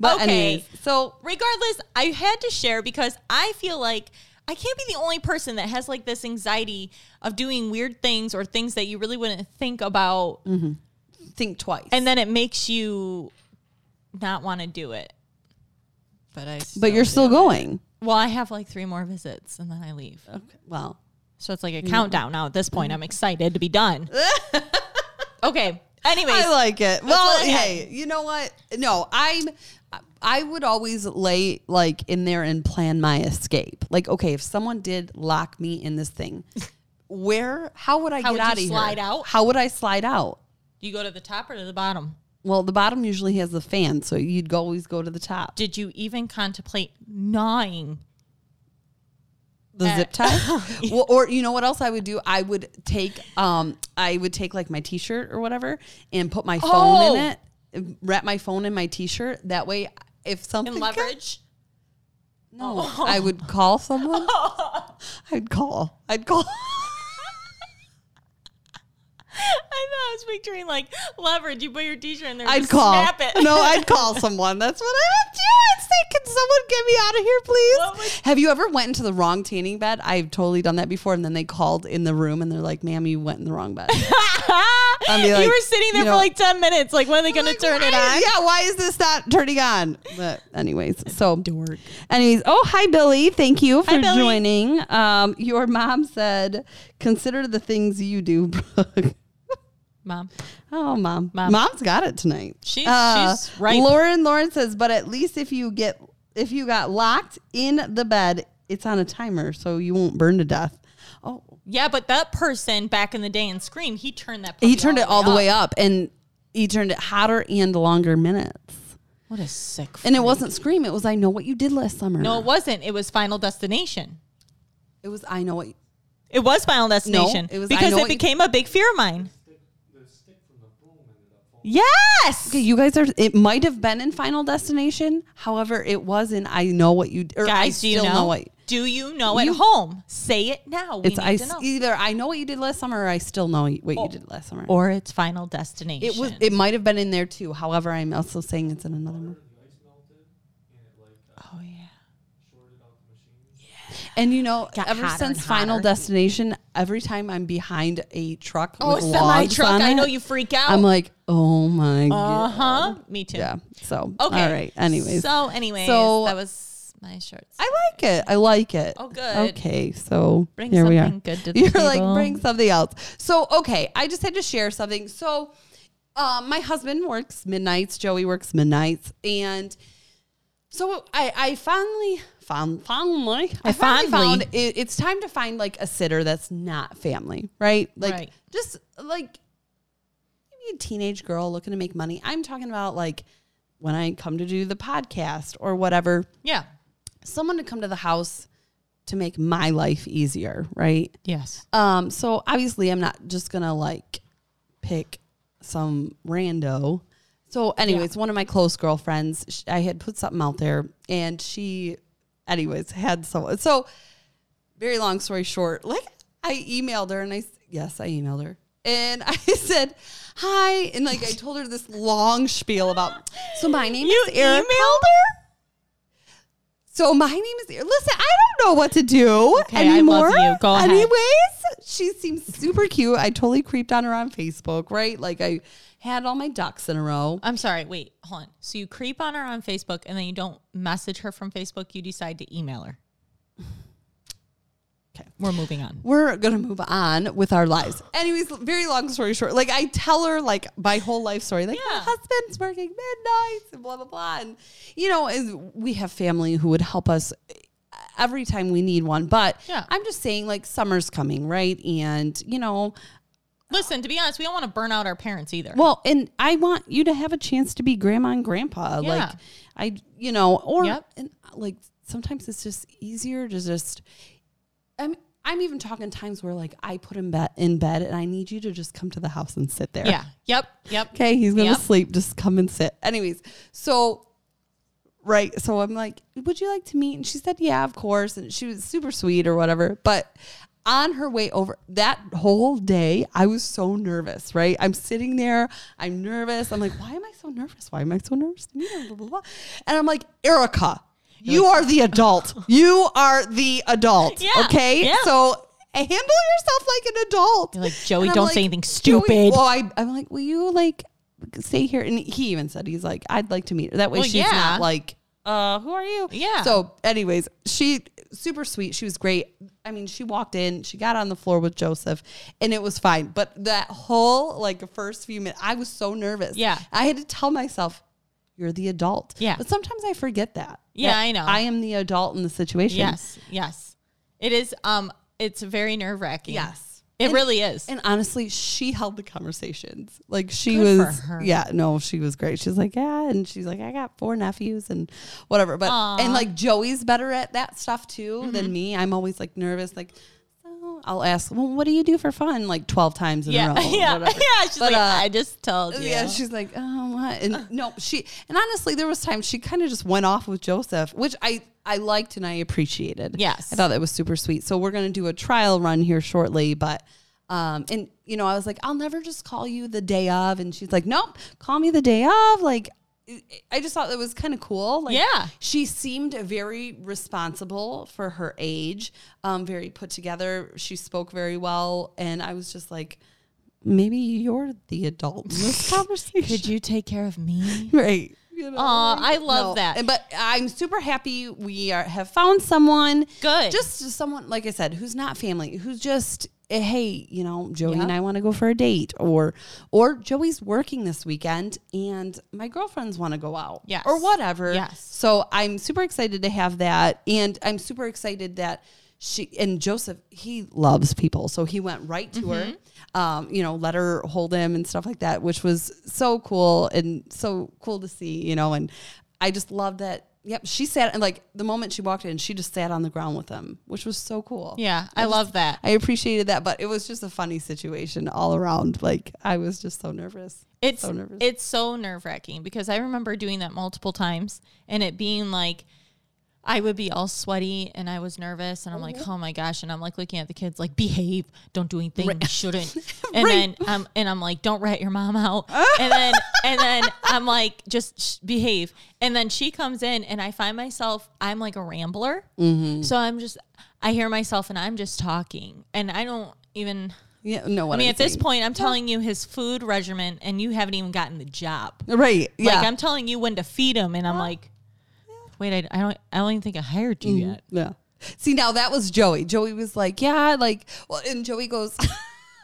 B: But
A: Okay.
B: anyways, so
A: regardless, I had to share because I feel like I can't be the only person that has like this anxiety of doing weird things or things that you really wouldn't think about.
B: think twice.
A: And then it makes you not want to do it. But I, still-
B: but you're still going.
A: well, I have like three more visits and then I leave.
B: Okay. Well,
A: So it's like a countdown now at this point. I'm excited to be done. okay. Anyways,
B: I like it.
A: what
B: Well,
A: I
B: hey, you know what? No, I'm. I would always lay like in there and plan my escape. Like, okay, if someone did lock me in this thing, where? How would I
A: How
B: get
A: would
B: out
A: you
B: of here?
A: slide out?
B: How would I slide out?
A: do you go to the top or to the bottom?
B: Well, the bottom usually has the fan, so you'd go, always go to the top.
A: Did you even contemplate gnawing
B: the
A: Eh.
B: zip tie. well, or you know what else I would do? I would take um I would take like my t-shirt or whatever and put my phone
A: Oh.
B: in it, wrap my phone in my t-shirt. That way if something
A: and leverage?
B: No, I would call someone. Oh. I'd call. I'd call.
A: I know. I was picturing like leverage. You put your t-shirt in there.
B: I'd
A: just
B: call.
A: Snap it.
B: No, I'd call someone. That's what I would do. I'd say, "Can someone get me out of here, please?"
A: What would-
B: Have you ever went into the wrong tanning bed? I've totally done that before, and then they called in the room and they're like, "Ma'am, you went in the wrong bed." I'd be
A: you
B: like,
A: were sitting there
B: you
A: for
B: know-
A: like ten minutes. Like when are they going
B: Like,
A: to turn it
B: why-
A: on?
B: Yeah, why is this not turning on? But anyways, so Anyways, oh hi Billy, thank you for
A: Billy.
B: joining. Um, your mom said, "Consider the things you do." Brooke."
A: Mom,
B: oh, mom.
A: Mom.
B: mom's got it tonight. Uh,
A: She's- she's ripe.
B: Lauren Lauren says, but at least if you get if you got locked in the bed, it's on a timer, so you won't burn to death. Oh,
A: Yeah, but that person back in the day in Scream, he turned that.
B: he
A: puppy
B: turned it all the way up, and he turned it hotter and longer minutes.
A: What a sick.
B: And it wasn't Scream. It was I know what you did last summer.
A: no, it wasn't. It was Final Destination.
B: it was I know what.
A: It was Final Destination.
B: it was I
A: because
B: Know
A: it
B: What You-
A: became a big fear of mine. Yes.
B: Okay, you guys are. It might have been in Final Destination. However, it was in I know what you or I
A: Guys, do
B: still
A: you know?
B: what.
A: do you know at
B: You-
A: home? Say it now. We
B: It's e-
A: need
B: I
A: to know. Oh.
B: either I know what you did last summer or I still know what you did last summer.
A: or it's Final Destination. Oh,
B: It was. It might have been in there too. However, I'm also saying it's in another movie.
A: oh yeah.
B: And you know,
A: Got
B: ever
A: hotter and
B: since Final
A: hotter.
B: Destination, every time I'm behind a truck
A: Oh,
B: with
A: semi
B: logs
A: truck.
B: on
A: I know
B: it,
A: you freak out.
B: I'm like, oh my
A: uh
B: god.
A: huh. Me too.
B: Yeah. So
A: Okay.
B: All right. Anyways,
A: So anyways,
B: So-
A: that was my shorts.
B: I like it. I like it.
A: Oh, good.
B: Okay, so
A: Bring
B: here we are.
A: something good to the
B: You're
A: table.
B: like bring something else. So okay, I just had to share something. So, uh, my husband works midnights. Joey works midnights, and so I I finally found finally I, finally,
A: fondly.
B: found it, it's time to find like a sitter that's not family, right? Like
A: Right.
B: just like maybe a teenage girl looking to make money. I'm talking about like when I come to do the podcast or whatever
A: yeah.
B: someone to come to the house to make my life easier, right?
A: Yes.
B: Um, so obviously I'm not just gonna like pick some rando. So, anyways, one of my close girlfriends, sh I had put something out there, and she, anyways, had someone. So, very long story short, like I emailed her, and I s- yes, I emailed her, and I said hi, and like I told her this long spiel about. So my name
A: You
B: is Erica.
A: emailed her?
B: So my name is. E, Listen, I don't know what to do
A: Okay, I
B: anymore.
A: love you. Go ahead.
B: Anyways, she seems super cute. I totally creeped on her on Facebook, right? Like I had all my ducks in a row.
A: I'm sorry. Wait, hold on. So you creep on her on Facebook, and then you don't message her from Facebook. You decide to email her. Okay, we're moving on.
B: We're gonna move on with our lives. Anyways, very long story short, like I tell her like my whole life story, like
A: Yeah.
B: my husband's working midnights and blah blah blah, and you know, is we have family who would help us every time we need one. But
A: Yeah.
B: I'm just saying, like summer's coming, right? And you know,
A: Listen, to be honest, we don't want to burn out our parents either.
B: Well, and I want you to have a chance to be grandma and grandpa.
A: Yeah.
B: Like I, you know, or
A: Yep.
B: and like sometimes it's just easier to just. I'm I'm even talking times where like I put him bed in bed and I need you to just come to the house and sit there.
A: yeah. Yep. Yep.
B: Okay, he's gonna
A: Yep.
B: sleep. Just come and sit. Anyways, so right, so I'm like, would you like to meet? And she said, yeah, of course. And she was super sweet or whatever. But on her way over that whole day, I was so nervous. Right, I'm sitting there, I'm nervous. I'm like, why am I so nervous? Why am I so nervous? to meet her? Blah, blah, blah. And I'm like, Erica, you are the adult. You are the adult.
A: Yeah,
B: okay,
A: yeah.
B: so. Handle yourself like an adult.
A: You're like, "Joey,
B: And I'm
A: don't say anything stupid."
B: well, Oh, I, I'm like, will you like stay here? And he even said, he's like, I'd like to meet her. That way
A: Well,
B: she's
A: yeah.
B: not like, uh, who are you?
A: Yeah.
B: So, anyways, she super sweet. She was great. I mean, she walked in, she got on the floor with Joseph, and it was fine. But that whole like first few minutes, I was so nervous.
A: Yeah.
B: I had to tell myself, you're the adult.
A: Yeah.
B: But sometimes I forget that.
A: Yeah,
B: That
A: I know.
B: I am the adult in the situation.
A: Yes. Yes. It is. Um. It's very nerve wracking.
B: Yes.
A: It
B: And-
A: really is.
B: And honestly, she held the conversations. Like she
A: Good for
B: was,
A: her.
B: yeah, no, she was great. She's like, yeah, and she's like, I got four nephews and whatever. But and like Joey's better at that stuff too
A: Mm-hmm.
B: than me. I'm always like nervous, like. so I'll ask, well, what do you do for fun? Like 12 times in
A: yeah.
B: a row.
A: yeah.
B: whatever.
A: Yeah. She's
B: But,
A: like,
B: uh,
A: I just told you.
B: Yeah, she's like, oh, what?
A: Uh.
B: And no, she and honestly, there was times she kind of just went off with Joseph, which I I liked and I appreciated.
A: Yes.
B: I thought that was super sweet. So we're gonna do a trial run here shortly, but um, and you know, I was like, I'll never just call you the day of, and she's like, nope, call me the day of, like. I just thought that was kind of cool. Like,
A: Yeah.
B: she seemed very responsible for her age, um, very put together. She spoke very well, and I was just like, maybe you're the adult in this conversation.
A: Could you take care of me?
B: right.
A: Aw, I love that.
B: And- But I'm super happy we are, have found someone.
A: Good.
B: Just someone, like I said, who's not family, who's just, eh, hey, you know, Joey
A: Yeah.
B: and I want to go for a date or, or Joey's working this weekend and my girlfriends want to go out
A: Yes.
B: or whatever.
A: Yes.
B: So I'm super excited to have that. And I'm super excited that she and Joseph, he loves people, so he went right to her,
A: Mm-hmm.
B: um, you know, let her hold him and stuff like that, which was so cool and so cool to see, you know. And I just love that. Yep, she sat and like the moment she walked in, she just sat on the ground with him, which was so cool.
A: Yeah, I love that.
B: I appreciated that, but it was just a funny situation all around. Like I was just so nervous.
A: It's
B: so nervous.
A: it's so nerve wracking because I remember doing that multiple times and it being like I would be all sweaty and I was nervous and I'm like, oh my gosh. And I'm like looking at the kids like, behave, don't do anything you shouldn't. And then um and I'm like, don't rat your mom out. and then and then I'm like, just sh- behave. And then she comes in and I find myself, I'm like a rambler. So I'm just I hear myself and I'm just talking. And I don't even
B: yeah, no. What
A: I mean,
B: I'm
A: at this
B: saying.
A: point, I'm telling you his food regimen, and you haven't even gotten the job.
B: right? Yeah,
A: Like I'm telling you when to feed him, and I'm like, wait, I, I don't, I don't even think I hired
B: Mm-hmm.
A: you yet.
B: Yeah. See, now that was Joey. Joey was like, yeah, like, well, and Joey goes,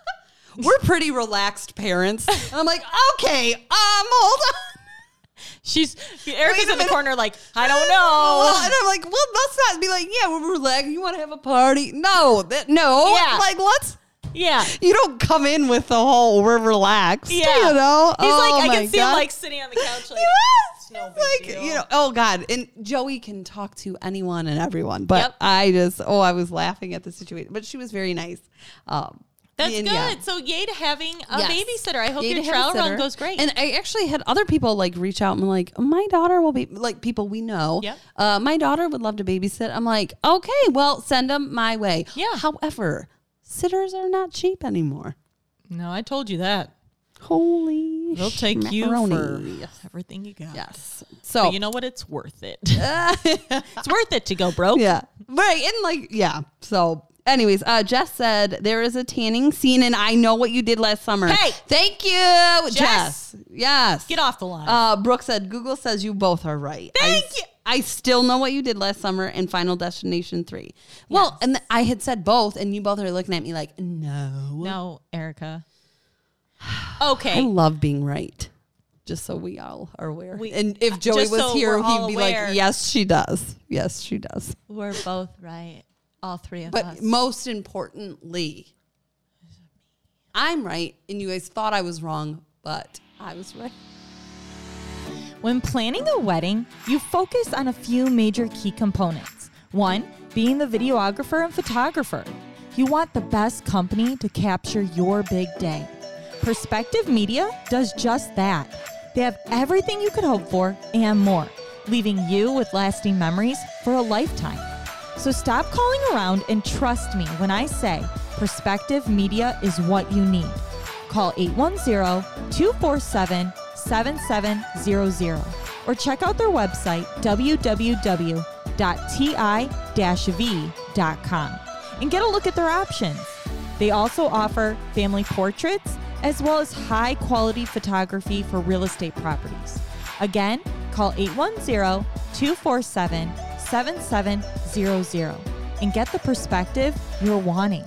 B: we're pretty relaxed parents. And I'm like, okay, um, hold on.
A: She's Erica's
B: Wait a
A: in the
B: minute.
A: corner, like I don't
B: Well,
A: know.
B: and I'm like, well, let's not be like, yeah, we're relaxed. You want to have a party? No, that, no.
A: Yeah.
B: Like, let's,
A: Yeah,
B: you don't come in with the whole, we're relaxed.
A: yeah.
B: You know?
A: he's
B: Oh,
A: like, I
B: my
A: can see him
B: God.
A: like sitting on the couch, like.
B: Yes.
A: no
B: like
A: big deal.
B: you know, oh god, and Joey can talk to anyone and everyone, but
A: Yep.
B: I just oh, I was laughing at the situation, but she was very nice. Um,
A: That's
B: and
A: good.
B: yeah.
A: So yay to having a
B: Yes.
A: babysitter. I hope
B: Yay
A: your
B: to
A: trial
B: babysitter.
A: run goes great.
B: And I actually had other people like reach out and be like, my daughter will be like people we know.
A: Yep.
B: Uh, my daughter would love to babysit. I'm like, okay, well, send them my way.
A: Yeah.
B: However, sitters are not cheap anymore.
A: no, I told you that.
B: Holy,
A: They'll take
B: macaroni. Oh.
A: you for everything you got.
B: yes. So
A: But you know what? It's worth it. it's worth it to go broke.
B: Yeah. Right. And like, yeah. So, anyways, uh, Jess said there is a tanning scene, and I know what you did last summer.
A: Hey!
B: thank you,
A: Jess!
B: Jess. Yes.
A: Get off the line.
B: Uh, Brooke said Google says you both are right.
A: Thank
B: I,
A: you.
B: I still know what you did last summer and Final Destination three. Well, and th- I had said both, and you both are looking at me like, no.
A: No, Erica.
B: I
A: Okay.
B: love being right. Just so we all are aware.
A: We- uh,
B: and if Joey was
A: just so
B: here,
A: we're all
B: he'd be
A: aware.
B: like, yes, she does. Yes, she does.
A: We're both right. All three of
B: But
A: us.
B: most importantly, I'm right, and you guys thought I was wrong, but I was right.
A: When planning a wedding, you focus on a few major key components. One, being the videographer and photographer. You want the best company to capture your big day. Perspective Media does just that. They have everything you could hope for and more, leaving you with lasting memories for a lifetime. So stop calling around and trust me when I say Perspective Media is what you need. Call 810-247-7700 or check out their website www.ti-v.com and get a look at their options. They also offer family portraits as well as high quality photography for real estate properties. Again, call 810 247 7700 and get the perspective you're wanting.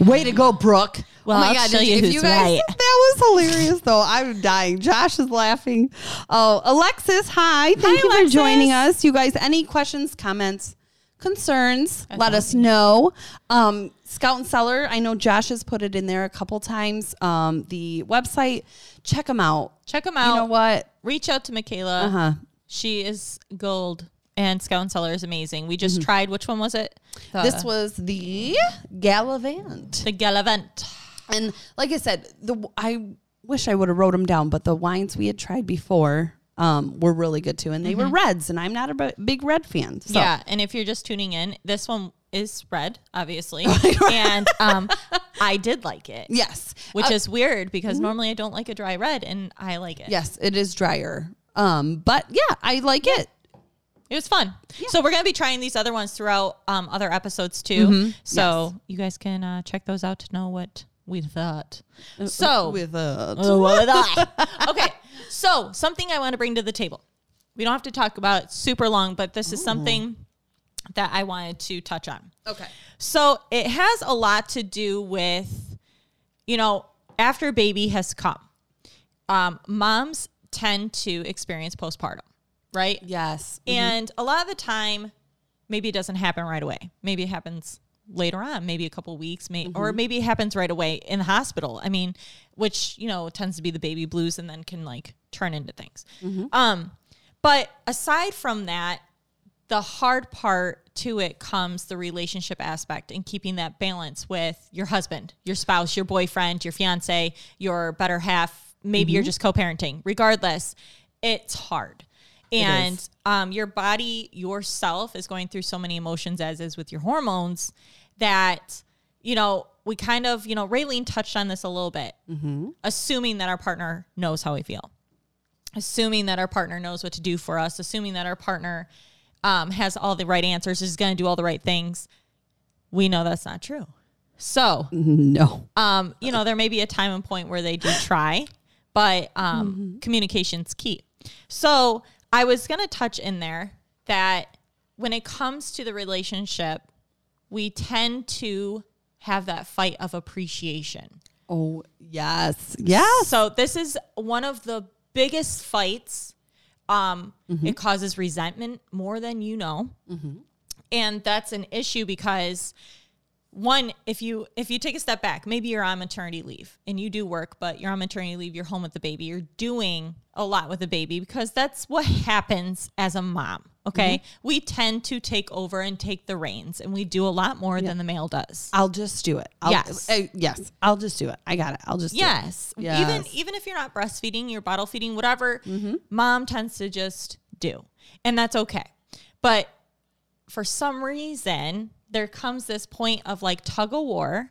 B: Way to go, Brooke.
A: Well, I'll show
B: did-
A: you
B: Oh if
A: who's
B: guys,
A: right.
B: That was hilarious, though. I'm dying. Josh is laughing. Oh, Alexis, hi. Thank you
A: Alexis.
B: for joining us. You guys, any questions, comments, concerns, let us know. Um, Scout and Seller, I know Josh has put it in there a couple times. Um, the website, check them out.
A: Check them
B: You know what?
A: Reach out to Michaela.
B: Uh huh.
A: She is gold, and Scout and Cellar is amazing. We just tried, which one was it? The,
B: This was the Galavant.
A: the Galavant.
B: And like I said, the I wish I would have wrote them down, but the wines we had tried before um, were really good too, and they were reds, and I'm not a b- big red fan. So.
A: Mm-hmm. Yeah, and if you're just tuning in, this one is red, obviously, and um, I did like it,
B: Yes. Uh,
A: which is weird because normally I don't like a dry red, and I like it.
B: Yes, it is drier. Um, but yeah, I like it.
A: It was fun. So we're gonna be trying these other ones throughout um, other episodes too. So you guys can uh, check those out to know what we thought. So
B: With a
A: Uh, what did I? okay. So something I want to bring to the table. We don't have to talk about it super long, but this is something that I wanted to touch on.
B: okay.
A: So it has a lot to do with, you know, after baby has come, um, moms tend to experience postpartum, right?
B: Yes.
A: And a lot of the time, maybe it doesn't happen right away. Maybe it happens later on, maybe a couple weeks, may, or maybe it happens right away in the hospital. I mean, which, you know, tends to be the baby blues and then can like turn into things. Um, but aside from that, the hard part to it comes the relationship aspect and keeping that balance with your husband, your spouse, your boyfriend, your fiance, your better half. Maybe you're just co parenting. Regardless, it's hard. And um, your body, yourself, is going through so many emotions, as is with your hormones, that, you know, we kind of, you know, Raylene touched on this a little bit, assuming that our partner knows how we feel assuming that our partner knows what to do for us, assuming that our partner um, has all the right answers, is going to do all the right things, we know that's not true. So,
B: no.
A: um, you know, there may be a time and point where they do try, but um, communication's key. So, I was going to touch in there that when it comes to the relationship, we tend to have that fight of appreciation.
B: Oh, yes. Yes.
A: So this is one of the biggest fights. Um, It causes resentment more than you know, and that's an issue because one, if you if you take a step back, maybe you're on maternity leave and you do work, but you're on maternity leave. You're home with the baby. You're doing a lot with the baby because that's what happens as a mom. Okay, we tend to take over and take the reins, and we do a lot more than the male does.
B: I'll just do it. I'll,
A: Yes.
B: uh, yes. I'll just do it. I got it. I'll just do it.
A: Yes. Even
B: Yes.
A: even if you're not breastfeeding, you're bottle feeding, whatever, mom tends to just do. And that's okay. But for some reason, there comes this point of like tug of war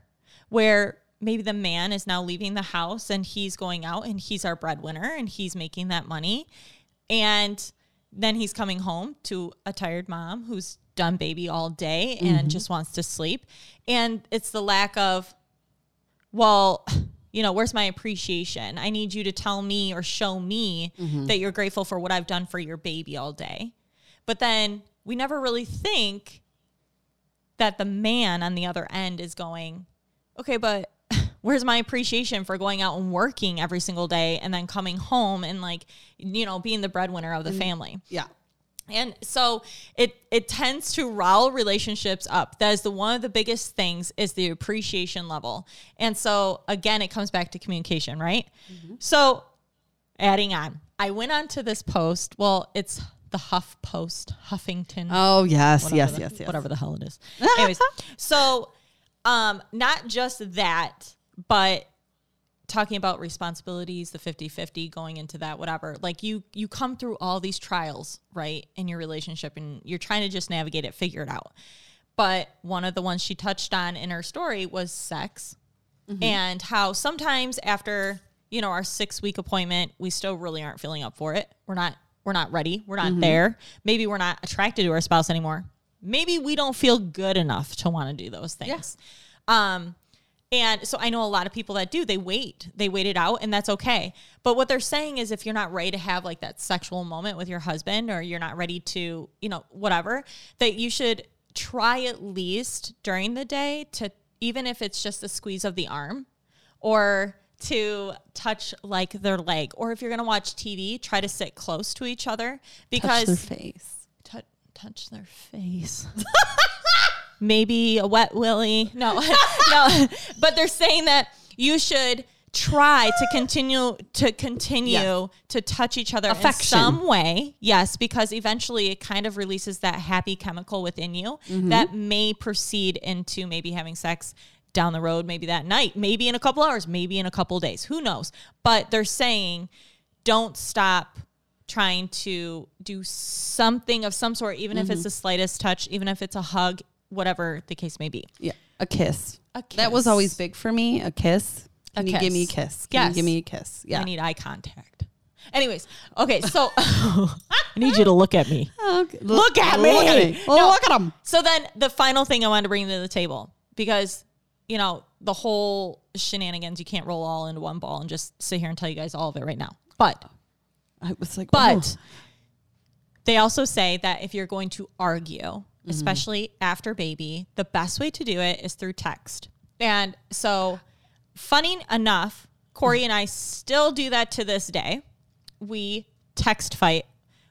A: where maybe the man is now leaving the house and he's going out and he's our breadwinner and he's making that money. And then he's coming home to a tired mom who's done baby all day and just wants to sleep. And it's the lack of, well, you know, where's my appreciation? I need you to tell me or show me that you're grateful for what I've done for your baby all day. But then we never really think that the man on the other end is going, okay, but where's my appreciation for going out and working every single day and then coming home and like, you know, being the breadwinner of the family?
B: Yeah.
A: And so it it tends to rile relationships up. That is the one of the biggest things is the appreciation level. And so again, it comes back to communication, right? So adding on, I went on to this post. Well, it's the Huff Post, Huffington
B: Oh, yes.
A: whatever
B: yes.
A: the-
B: yes. Yes.
A: Whatever the hell it is. Anyways, so um, not just that, but talking about responsibilities, the 50-50, going into that, whatever. Like you you come through all these trials, right, in your relationship and you're trying to just navigate it, figure it out. But one of the ones she touched on in her story was sex and how sometimes after you know our six week appointment we still really aren't feeling up for it we're not we're not ready we're not there maybe we're not attracted to our spouse anymore maybe we don't feel good enough to want to do those things um and so i know a lot of people that do they wait they wait it out and that's okay but what they're saying is if you're not ready to have like that sexual moment with your husband or you're not ready to you know whatever that you should try at least during the day to even if it's just a squeeze of the arm or to touch like their leg or if you're going to watch tv try to sit close to each other
B: Touch their
A: because
B: face.
A: tou- touch their face maybe a wet willy no no but they're saying that you should try to continue to continue
B: Yes.
A: to touch each other in
B: Affection.
A: some way yes because eventually it kind of releases that happy chemical within you that may proceed into maybe having sex down the road maybe that night maybe in a couple hours maybe in a couple days who knows but they're saying don't stop trying to do something of some sort even if it's the slightest touch even if it's a hug whatever the case may be
B: Yeah. A kiss.
A: A
B: That was
A: kiss.
B: always big for me. A kiss. Can
A: A
B: you give me a
A: kiss.
B: kiss? Can
A: Yes.
B: you give me a kiss? Yeah.
A: I need eye contact. Anyways, okay, so I need you to look at me.
B: Okay.
A: Look at me.
B: Look at, me.
A: No.
B: look at 'em.
A: So then the final thing I wanted to bring to the table because you know the whole shenanigans you can't roll all into one ball and just sit here and tell you guys all of it right now. But
B: I was like, "Oh,
A: but they also say that if you're going to argue, especially after baby, the best way to do it is through text. And so, funny enough, Corey and I still do that to this day. We text fight.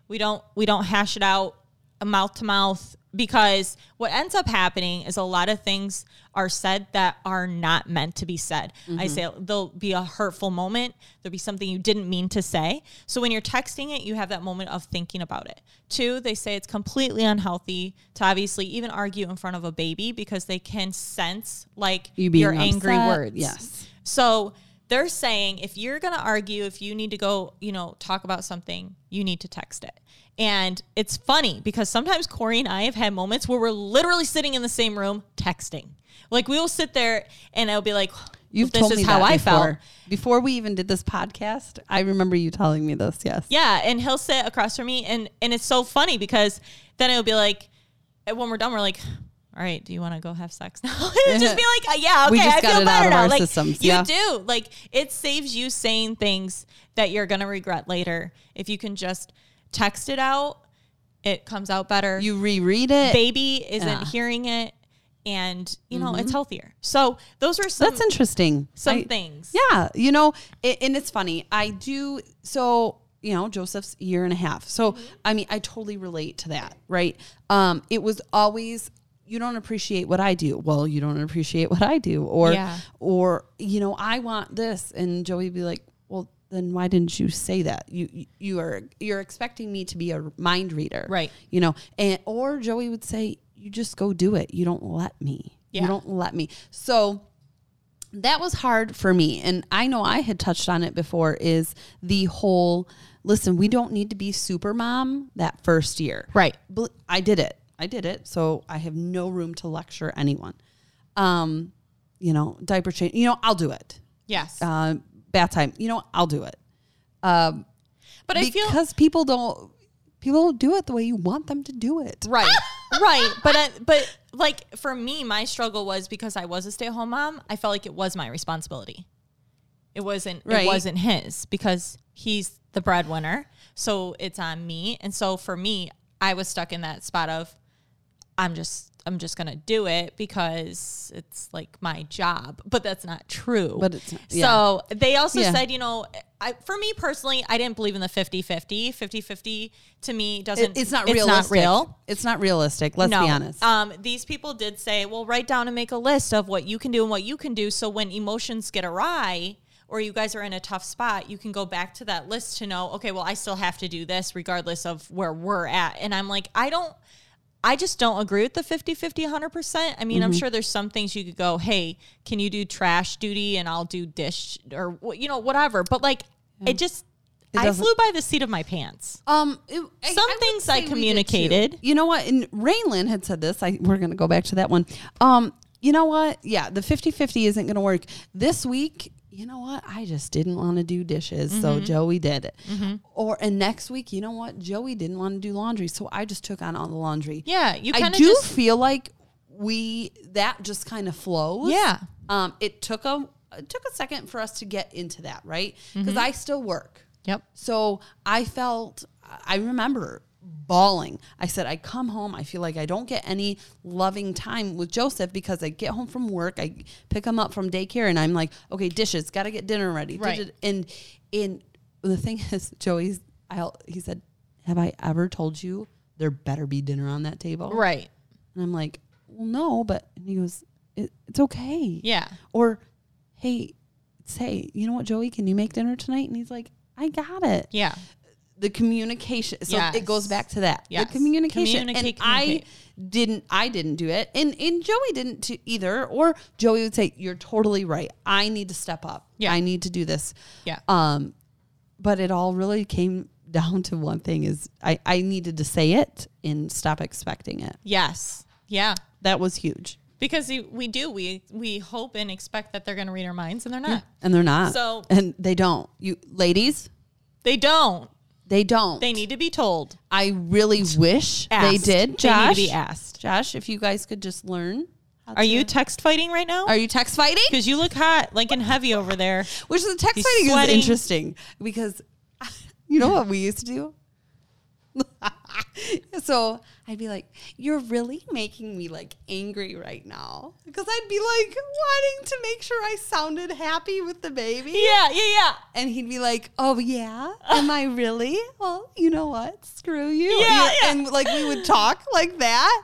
A: We don't we don't hash it out mouth to mouth because what ends up happening is a lot of things are said that are not meant to be said.
B: Mm-hmm.
A: I say there'll be a hurtful moment, there'll be something you didn't mean to say. So when you're texting it, you have that moment of thinking about it. Two, they say it's completely unhealthy to obviously even argue in front of a baby because they can sense like
B: You being
A: your angry
B: upset,
A: words.
B: yes.
A: So they're saying if you're going to argue, if you need to go, you know, talk about something, you need to text it. And it's funny because sometimes Corey and I have had moments where we're literally sitting in the same room texting. Like we will sit there and I'll be like,
B: You've
A: this
B: told
A: is
B: me
A: how
B: that
A: I
B: before.
A: felt.
B: before we even did this podcast. I remember you telling me this. Yes.
A: Yeah, and he'll sit across from me, and and it's so funny because then it'll be like, and when we're done, we're like, all right, do you want to go have sex now? It'll just be like, uh, yeah, okay,
B: We just
A: I
B: got
A: feel
B: it out
A: better
B: of
A: now.
B: our
A: like
B: systems,
A: you
B: yeah.
A: do, like it saves you saying things that you're gonna regret later if you can just text it out. It comes out better
B: You reread it.
A: baby isn't
B: Yeah. Mm-hmm.
A: hearing it and you know it's healthier so those are some
B: That's interesting.
A: some
B: I-
A: things
B: Yeah, you know, it, and it's funny. I do so. You know, Joseph's a year and a half. So
A: Mm-hmm.
B: I mean, I totally relate to that, right? Um, it was always you don't appreciate what I do. Well, you don't appreciate what I do, or
A: Yeah.
B: or you know, I want this, and Joey would be like, well. Then why didn't you say that? You you- you are you're expecting me to be a mind reader,
A: Right.
B: You know, and or Joey would say, "You just go do it. You don't let me.
A: Yeah.
B: You don't let me." So that was hard for me and i know i had touched on it before is the whole listen we don't need to be super mom that first year
A: Right.
B: Bel- i did it i did it so i have no room to lecture anyone um you know diaper change you know i'll do it
A: yes
B: uh, bath time you know i'll do it um
A: but i feel
B: because people don't people don't do it the way you want them to do it
A: Right. right. But I, but like for me, my struggle was because I was a stay at home mom. I felt like it was my responsibility. It wasn't.
B: Right.
A: It wasn't his because he's the breadwinner. So it's on me. And so for me, I was stuck in that spot of I'm just I'm just gonna do it because it's like my job. But that's not true.
B: But it's not-
A: so they also
B: Yeah.
A: said, you know, I, for me personally, I didn't believe in the 50-50. 50-50 to me doesn't
B: It- it's not
A: it's
B: realistic
A: not real.
B: it's not realistic let's be honest
A: Um, these people did say, well, write down and make a list of what you can do and what you can do. So when emotions get awry or you guys are in a tough spot, you can go back to that list to know, okay, well, I still have to do this regardless of where we're at. And I'm like, I don't. I just don't agree with the 50 50 100%. I mean,
B: Mm-hmm.
A: I'm sure there's some things you could go, hey, can you do trash duty and I'll do dish or, wh- you know, whatever. But like, it just, I
B: doesn't-
A: flew by the seat of my pants.
B: Um, it, I-
A: Some
B: would
A: things I
B: say we did too.
A: communicated.
B: You know what? And Raylan had said this. I we're gonna go back to that one. Um, you know what? Yeah, the 50-50 isn't gonna work this week. You know what? I just didn't want to do dishes, so
A: Mm-hmm.
B: Joey did it. Or and next week, you know what? Joey didn't want to do laundry, so I just took on all the laundry.
A: Yeah. You
B: I
A: kind of
B: do
A: just,
B: feel like we that just kind of flows.
A: Yeah.
B: Um, it took a it took a second for us to get into that, right?
A: Mm-hmm.
B: Because I still work.
A: yep.
B: So I felt, I remember bawling. I said, I come home, I feel like I don't get any loving time with Joseph because I get home from work, I pick him up from daycare, and I'm like, okay, dishes, got to get dinner ready.
A: Right.
B: And and the thing is, Joey's, I'll, he said, have I ever told you there better be dinner on that table?
A: Right.
B: And I'm like, well, no, but and he goes, it, it's okay.
A: Yeah.
B: Or, hey, say, you know what, Joey, can you make dinner tonight? And he's like, I got it
A: Yeah.
B: the communication so
A: Yes.
B: it goes back to that
A: Yes.
B: the communication
A: Communicate,
B: and i
A: communicate.
B: didn't i didn't do it and and joey didn't t- either or joey would say you're totally right i need to step up
A: Yeah.
B: i need to do this
A: Yeah.
B: um but it all really came down to one thing is i i needed to say it and stop expecting it
A: Yes. Yeah.
B: that was huge
A: Because we- we do. We we hope and expect that they're going to read our minds, and they're not.
B: and they're not
A: So-
B: and they don't you ladies
A: They don't.
B: they don't
A: They need to be told.
B: i really wish they
A: Asked.
B: did
A: They need
B: josh
A: to be asked.
B: josh if you guys could just learn how
A: Are you text fighting right now?
B: Are you text fighting?
A: Because you look hot, like and heavy over there.
B: Which the text
A: He's
B: fighting
A: sweating.
B: is interesting because you know what we used to do? so I'd be like, "You're really making me like angry right now," because I'd be like wanting to make sure I sounded happy with the baby.
A: Yeah, yeah, yeah.
B: And he'd be like, "Oh yeah, am I really? Well, you know what? Screw you."
A: Yeah,
B: You-
A: yeah.
B: And like we would talk like that,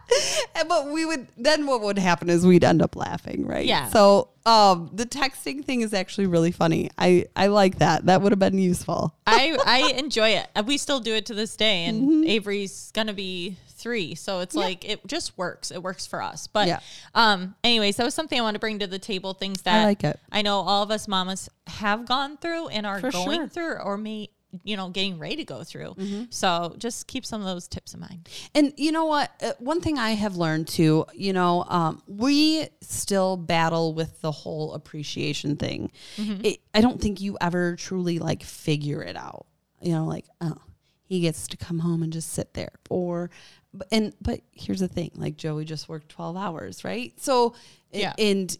B: And- but we would then what would happen is we'd end up laughing, right?
A: Yeah.
B: So um, the texting thing is actually really funny. I I like that. That would have been useful.
A: I I enjoy it. We still do it to this day, and
B: Mm-hmm.
A: Avery's gonna be three, so it's like it just works. It works for us. But
B: Yeah.
A: um, anyways, that was something I want to bring to the table. Things that
B: like it.
A: I know all of us mamas have gone through and are
B: For
A: going
B: sure. Mm-hmm.
A: through, or may you know getting ready to go through. So just keep some of those tips in mind.
B: And you know what? Uh, One thing I have learned too, you know, um, we still battle with the whole appreciation thing. It, I don't think you ever truly like figure it out. You know, like oh, he gets to come home and just sit there, or b- and but here's the thing: like Joey just worked twelve hours, right? So
A: Yeah.
B: and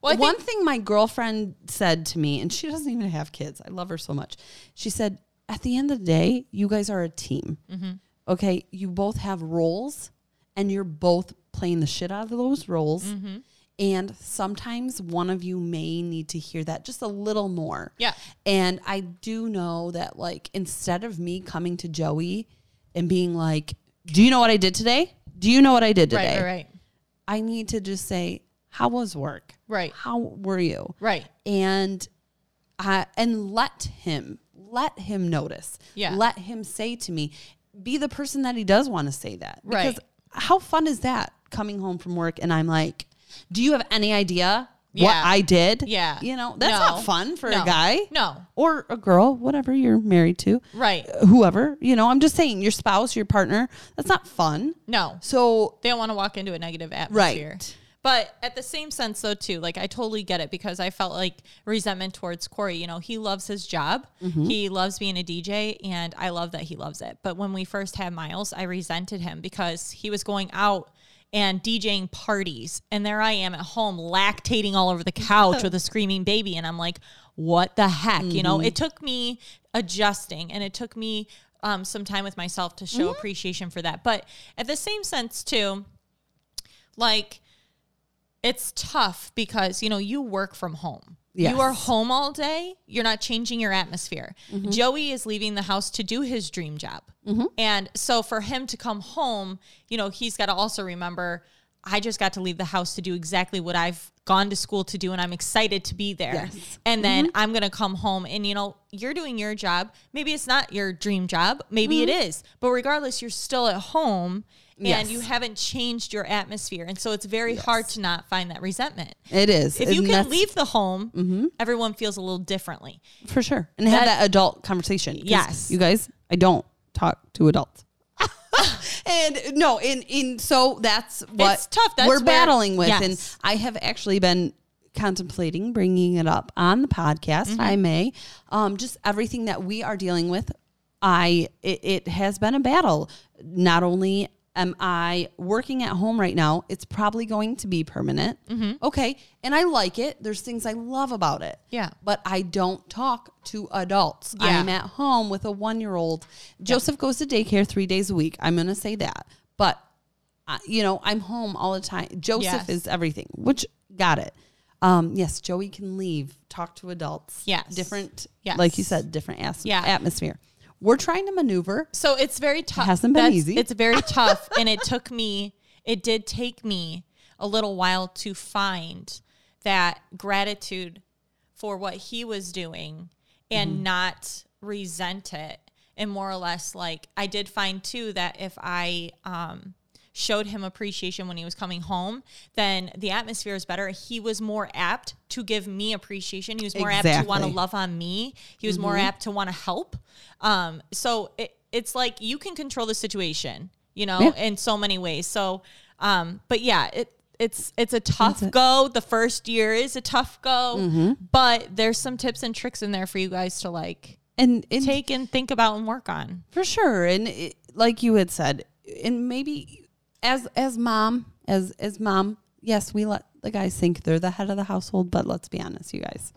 A: Well, I
B: one thing my girlfriend said to me, and she doesn't even have kids. I love her so much. She said, "At the end of the day, you guys are a team.
A: Mm-hmm.
B: Okay, you both have roles, and you're both playing the shit out of those roles.
A: Mm-hmm.
B: And sometimes one of you may need to hear that just a little more.
A: Yeah.
B: And I do know that, like, instead of me coming to Joey and being like, "Do you know what I did today? Do you know what I did
A: Right,
B: today?"
A: right, right,
B: I need to just say, "How was work?
A: Right.
B: How were you?"
A: right.
B: and I and let him let him notice.
A: Yeah.
B: Let him say to me, be the person that he does want to say that.
A: Right.
B: Because how fun is that coming home from work and I'm like, do you have any idea what
A: Yeah.
B: I did?
A: Yeah.
B: You know, that's
A: No.
B: not fun for
A: No.
B: a guy.
A: No.
B: Or a girl, whatever you're married to,
A: Right.
B: whoever, you know, I'm just saying your spouse, your partner, that's not fun.
A: No.
B: So
A: they don't want to walk into a negative atmosphere. But at the same sense, though, too, like I totally get it because I felt like resentment towards Corey. You know, he loves his job, he loves being a DJ, and I love that he loves it. But when we first had Miles, I resented him because he was going out and DJing parties, and there I am at home lactating all over the couch with a screaming baby, and I'm like, what the heck? You know, it took me adjusting, and it took me. Um, some time with myself to show appreciation for that. But at the same sense, too, like it's tough because you know you work from home
B: Yes. Mm-hmm.
A: you are home all day you're not changing your atmosphere joey is leaving the house to do his dream job and so for him to come home you know he's got to also remember i just got to leave the house to do exactly what i've gone to school to do and i'm excited to be there
B: Yes. Mm-hmm.
A: and then i'm going to come home and you know you're doing your job maybe it's not your dream job maybe it is but regardless you're still at home and
B: Mm-hmm. Yes.
A: you haven't changed your atmosphere. And so it's very hard to not find that resentment.
B: it is.
A: If you
B: And
A: can
B: that's- Mm-hmm.
A: leave the home, everyone feels a little differently.
B: For sure. And have that adult conversation. 'Cause
A: Yes.
B: You guys, I don't talk to adults. and no, and, and so that's what
A: It's tough. That's
B: we're
A: where-
B: battling with.
A: Yes.
B: And I have actually been contemplating bringing it up on the podcast. I
A: Mm-hmm.
B: may. Um, just everything that we are dealing with. I it, it has been a battle. Not only am I working at home right now, it's probably going to be permanent.
A: Mm-hmm.
B: Okay, and I like it. There's things I love about it.
A: Yeah.
B: but I don't talk to adults.
A: Yeah.
B: I'm at home with a one year old. Joseph goes to daycare three days a week. I'm going to say that. But, I, you know, I'm home all the time. Joseph
A: Yes.
B: is everything, which got it. Um, yes, Joey can leave, talk to adults.
A: Yes.
B: Different,
A: Yes.
B: like you said, different as-
A: Yeah.
B: atmosphere. We're trying to maneuver.
A: So it's very tough.
B: hasn't been easy.
A: It's very tough. and it took me, it did take me a little while to find that gratitude for what he was doing and
B: Mm-hmm.
A: not resent it. And more or less, like, I did find too that if I, um, showed him appreciation when he was coming home then the atmosphere is better he was more apt to give me appreciation he was more apt to want to
B: Exactly. Mm-hmm.
A: love on me. He was more apt to want to help. Um, so it, it's like you can control the situation, you know,
B: Yeah.
A: in so many ways. So, um, but yeah, it it's it's a tough go. The first year is a tough go,
B: Mm-hmm.
A: but there's some tips and tricks in there for you guys to like
B: And, and
A: take and think about and work on.
B: For sure, and it, like you had said, and maybe as as mom, as as mom, yes, we let the guys think they're the head of the household, but let's be honest, you guys,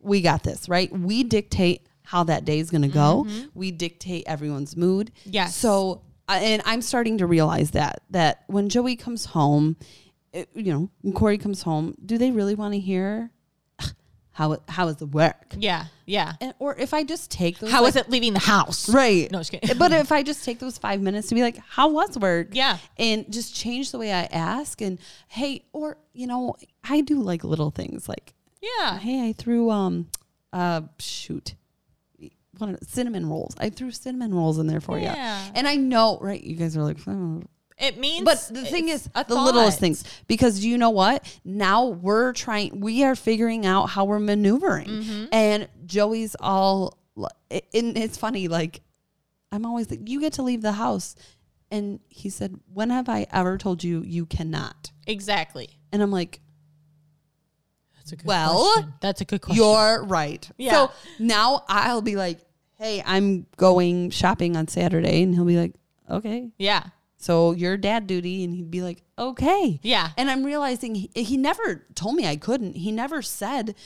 B: we got this right. We dictate how that day is going to go. We dictate everyone's mood.
A: Mm-hmm. Yes.
B: So Uh, and I'm starting to realize that that when Joey comes home, it- you know, when Corey comes home, do they really want to hear how it, how is the work?
A: Yeah. Yeah.
B: And, or if I just take those,
A: How is
B: like-
A: it leaving the house?
B: Right.
A: No, just kidding.
B: but if I just take those five minutes to be like, how was work?
A: Yeah.
B: And just change the way I ask and hey, or you know, I do like little things like,
A: Yeah.
B: hey, I threw um uh shoot. What are- cinnamon rolls. I threw cinnamon rolls in there for
A: Yeah.
B: you. And I know, right, you guys are like, "Oh."
A: It means.
B: but the thing
A: it's
B: is,
A: a
B: the littlest
A: thought.
B: things, because you know what? Now we're trying, we are figuring out how we're maneuvering.
A: Mm-hmm.
B: And Joey's all, it, and it's funny, like, I'm always like, you get to leave the house. And he said, when have I ever told you you cannot?
A: Exactly.
B: And I'm like,
A: That's a good
B: Well, question.
A: that's a good
B: You're right.
A: Yeah.
B: So now I'll be like, hey, I'm going shopping on Saturday. And he'll be like, okay.
A: yeah.
B: So your dad duty. And he'd be like, okay.
A: Yeah.
B: And I'm realizing he, he never told me I couldn't. He never said,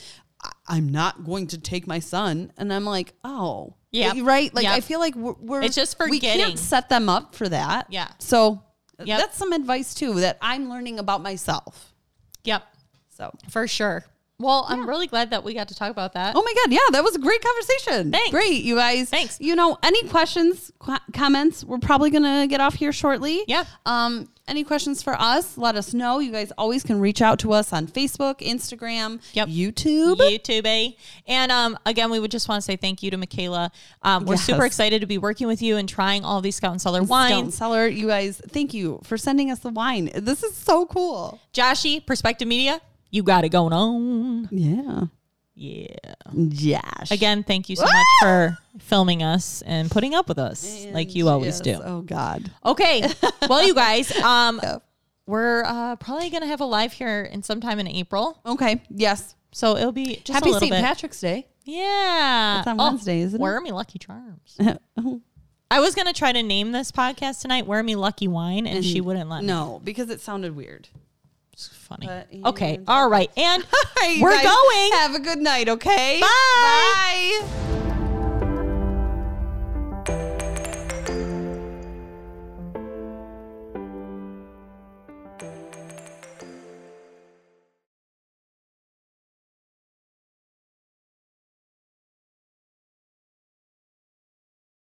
B: "I- I'm not going to take my son. And I'm like, oh.
A: Yep.
B: Right? Like,
A: Yep.
B: I feel like we're, we're
A: It's just
B: we can't
A: forgetting.
B: set them up for that.
A: Yeah.
B: So
A: Yep.
B: that's some advice too that I'm learning about myself.
A: Yep.
B: So,
A: For sure. Well, I'm really glad that we got to talk about that.
B: Oh my God. Yeah, that was a great conversation.
A: Thanks.
B: Great, you guys.
A: Thanks.
B: You know, any questions, qu- comments, we're probably going to get off here shortly.
A: Yeah.
B: Um, any questions for us, let us know. You guys always can reach out to us on Facebook, Instagram,
A: Yep.
B: YouTube.
A: YouTube, eh? And um, again, we would just want to say thank you to Michaela. Um, we're
B: Yes.
A: super excited to be working with you and trying all these Scout and Cellar
B: Scout
A: wines.
B: and Cellar, you guys, thank you for sending us the wine. This is so cool.
A: Joshy, Perspective Media, you got it going on.
B: Yeah.
A: Yeah.
B: Yes.
A: Again, thank you so much for filming us and putting up with us like you always
B: Yes.
A: do.
B: Oh, God.
A: Okay. well, you guys, um,
B: Yeah.
A: we're uh, probably going to have a live here in sometime in April.
B: Okay. Yes.
A: So it'll be just a
B: Happy
A: little
B: St.
A: bit.
B: Patrick's Day.
A: Yeah.
B: It's on Wednesday, isn't it?
A: Where are me lucky charms? I was going to try to name this podcast tonight, Where Are Me Lucky Wine, and she wouldn't let me.
B: No, because it sounded weird.
A: It's funny.
B: But-
A: okay. All right. And
B: All right, you
A: we're
B: guys,
A: going.
B: Have a good night, okay?
A: Bye.
B: Bye.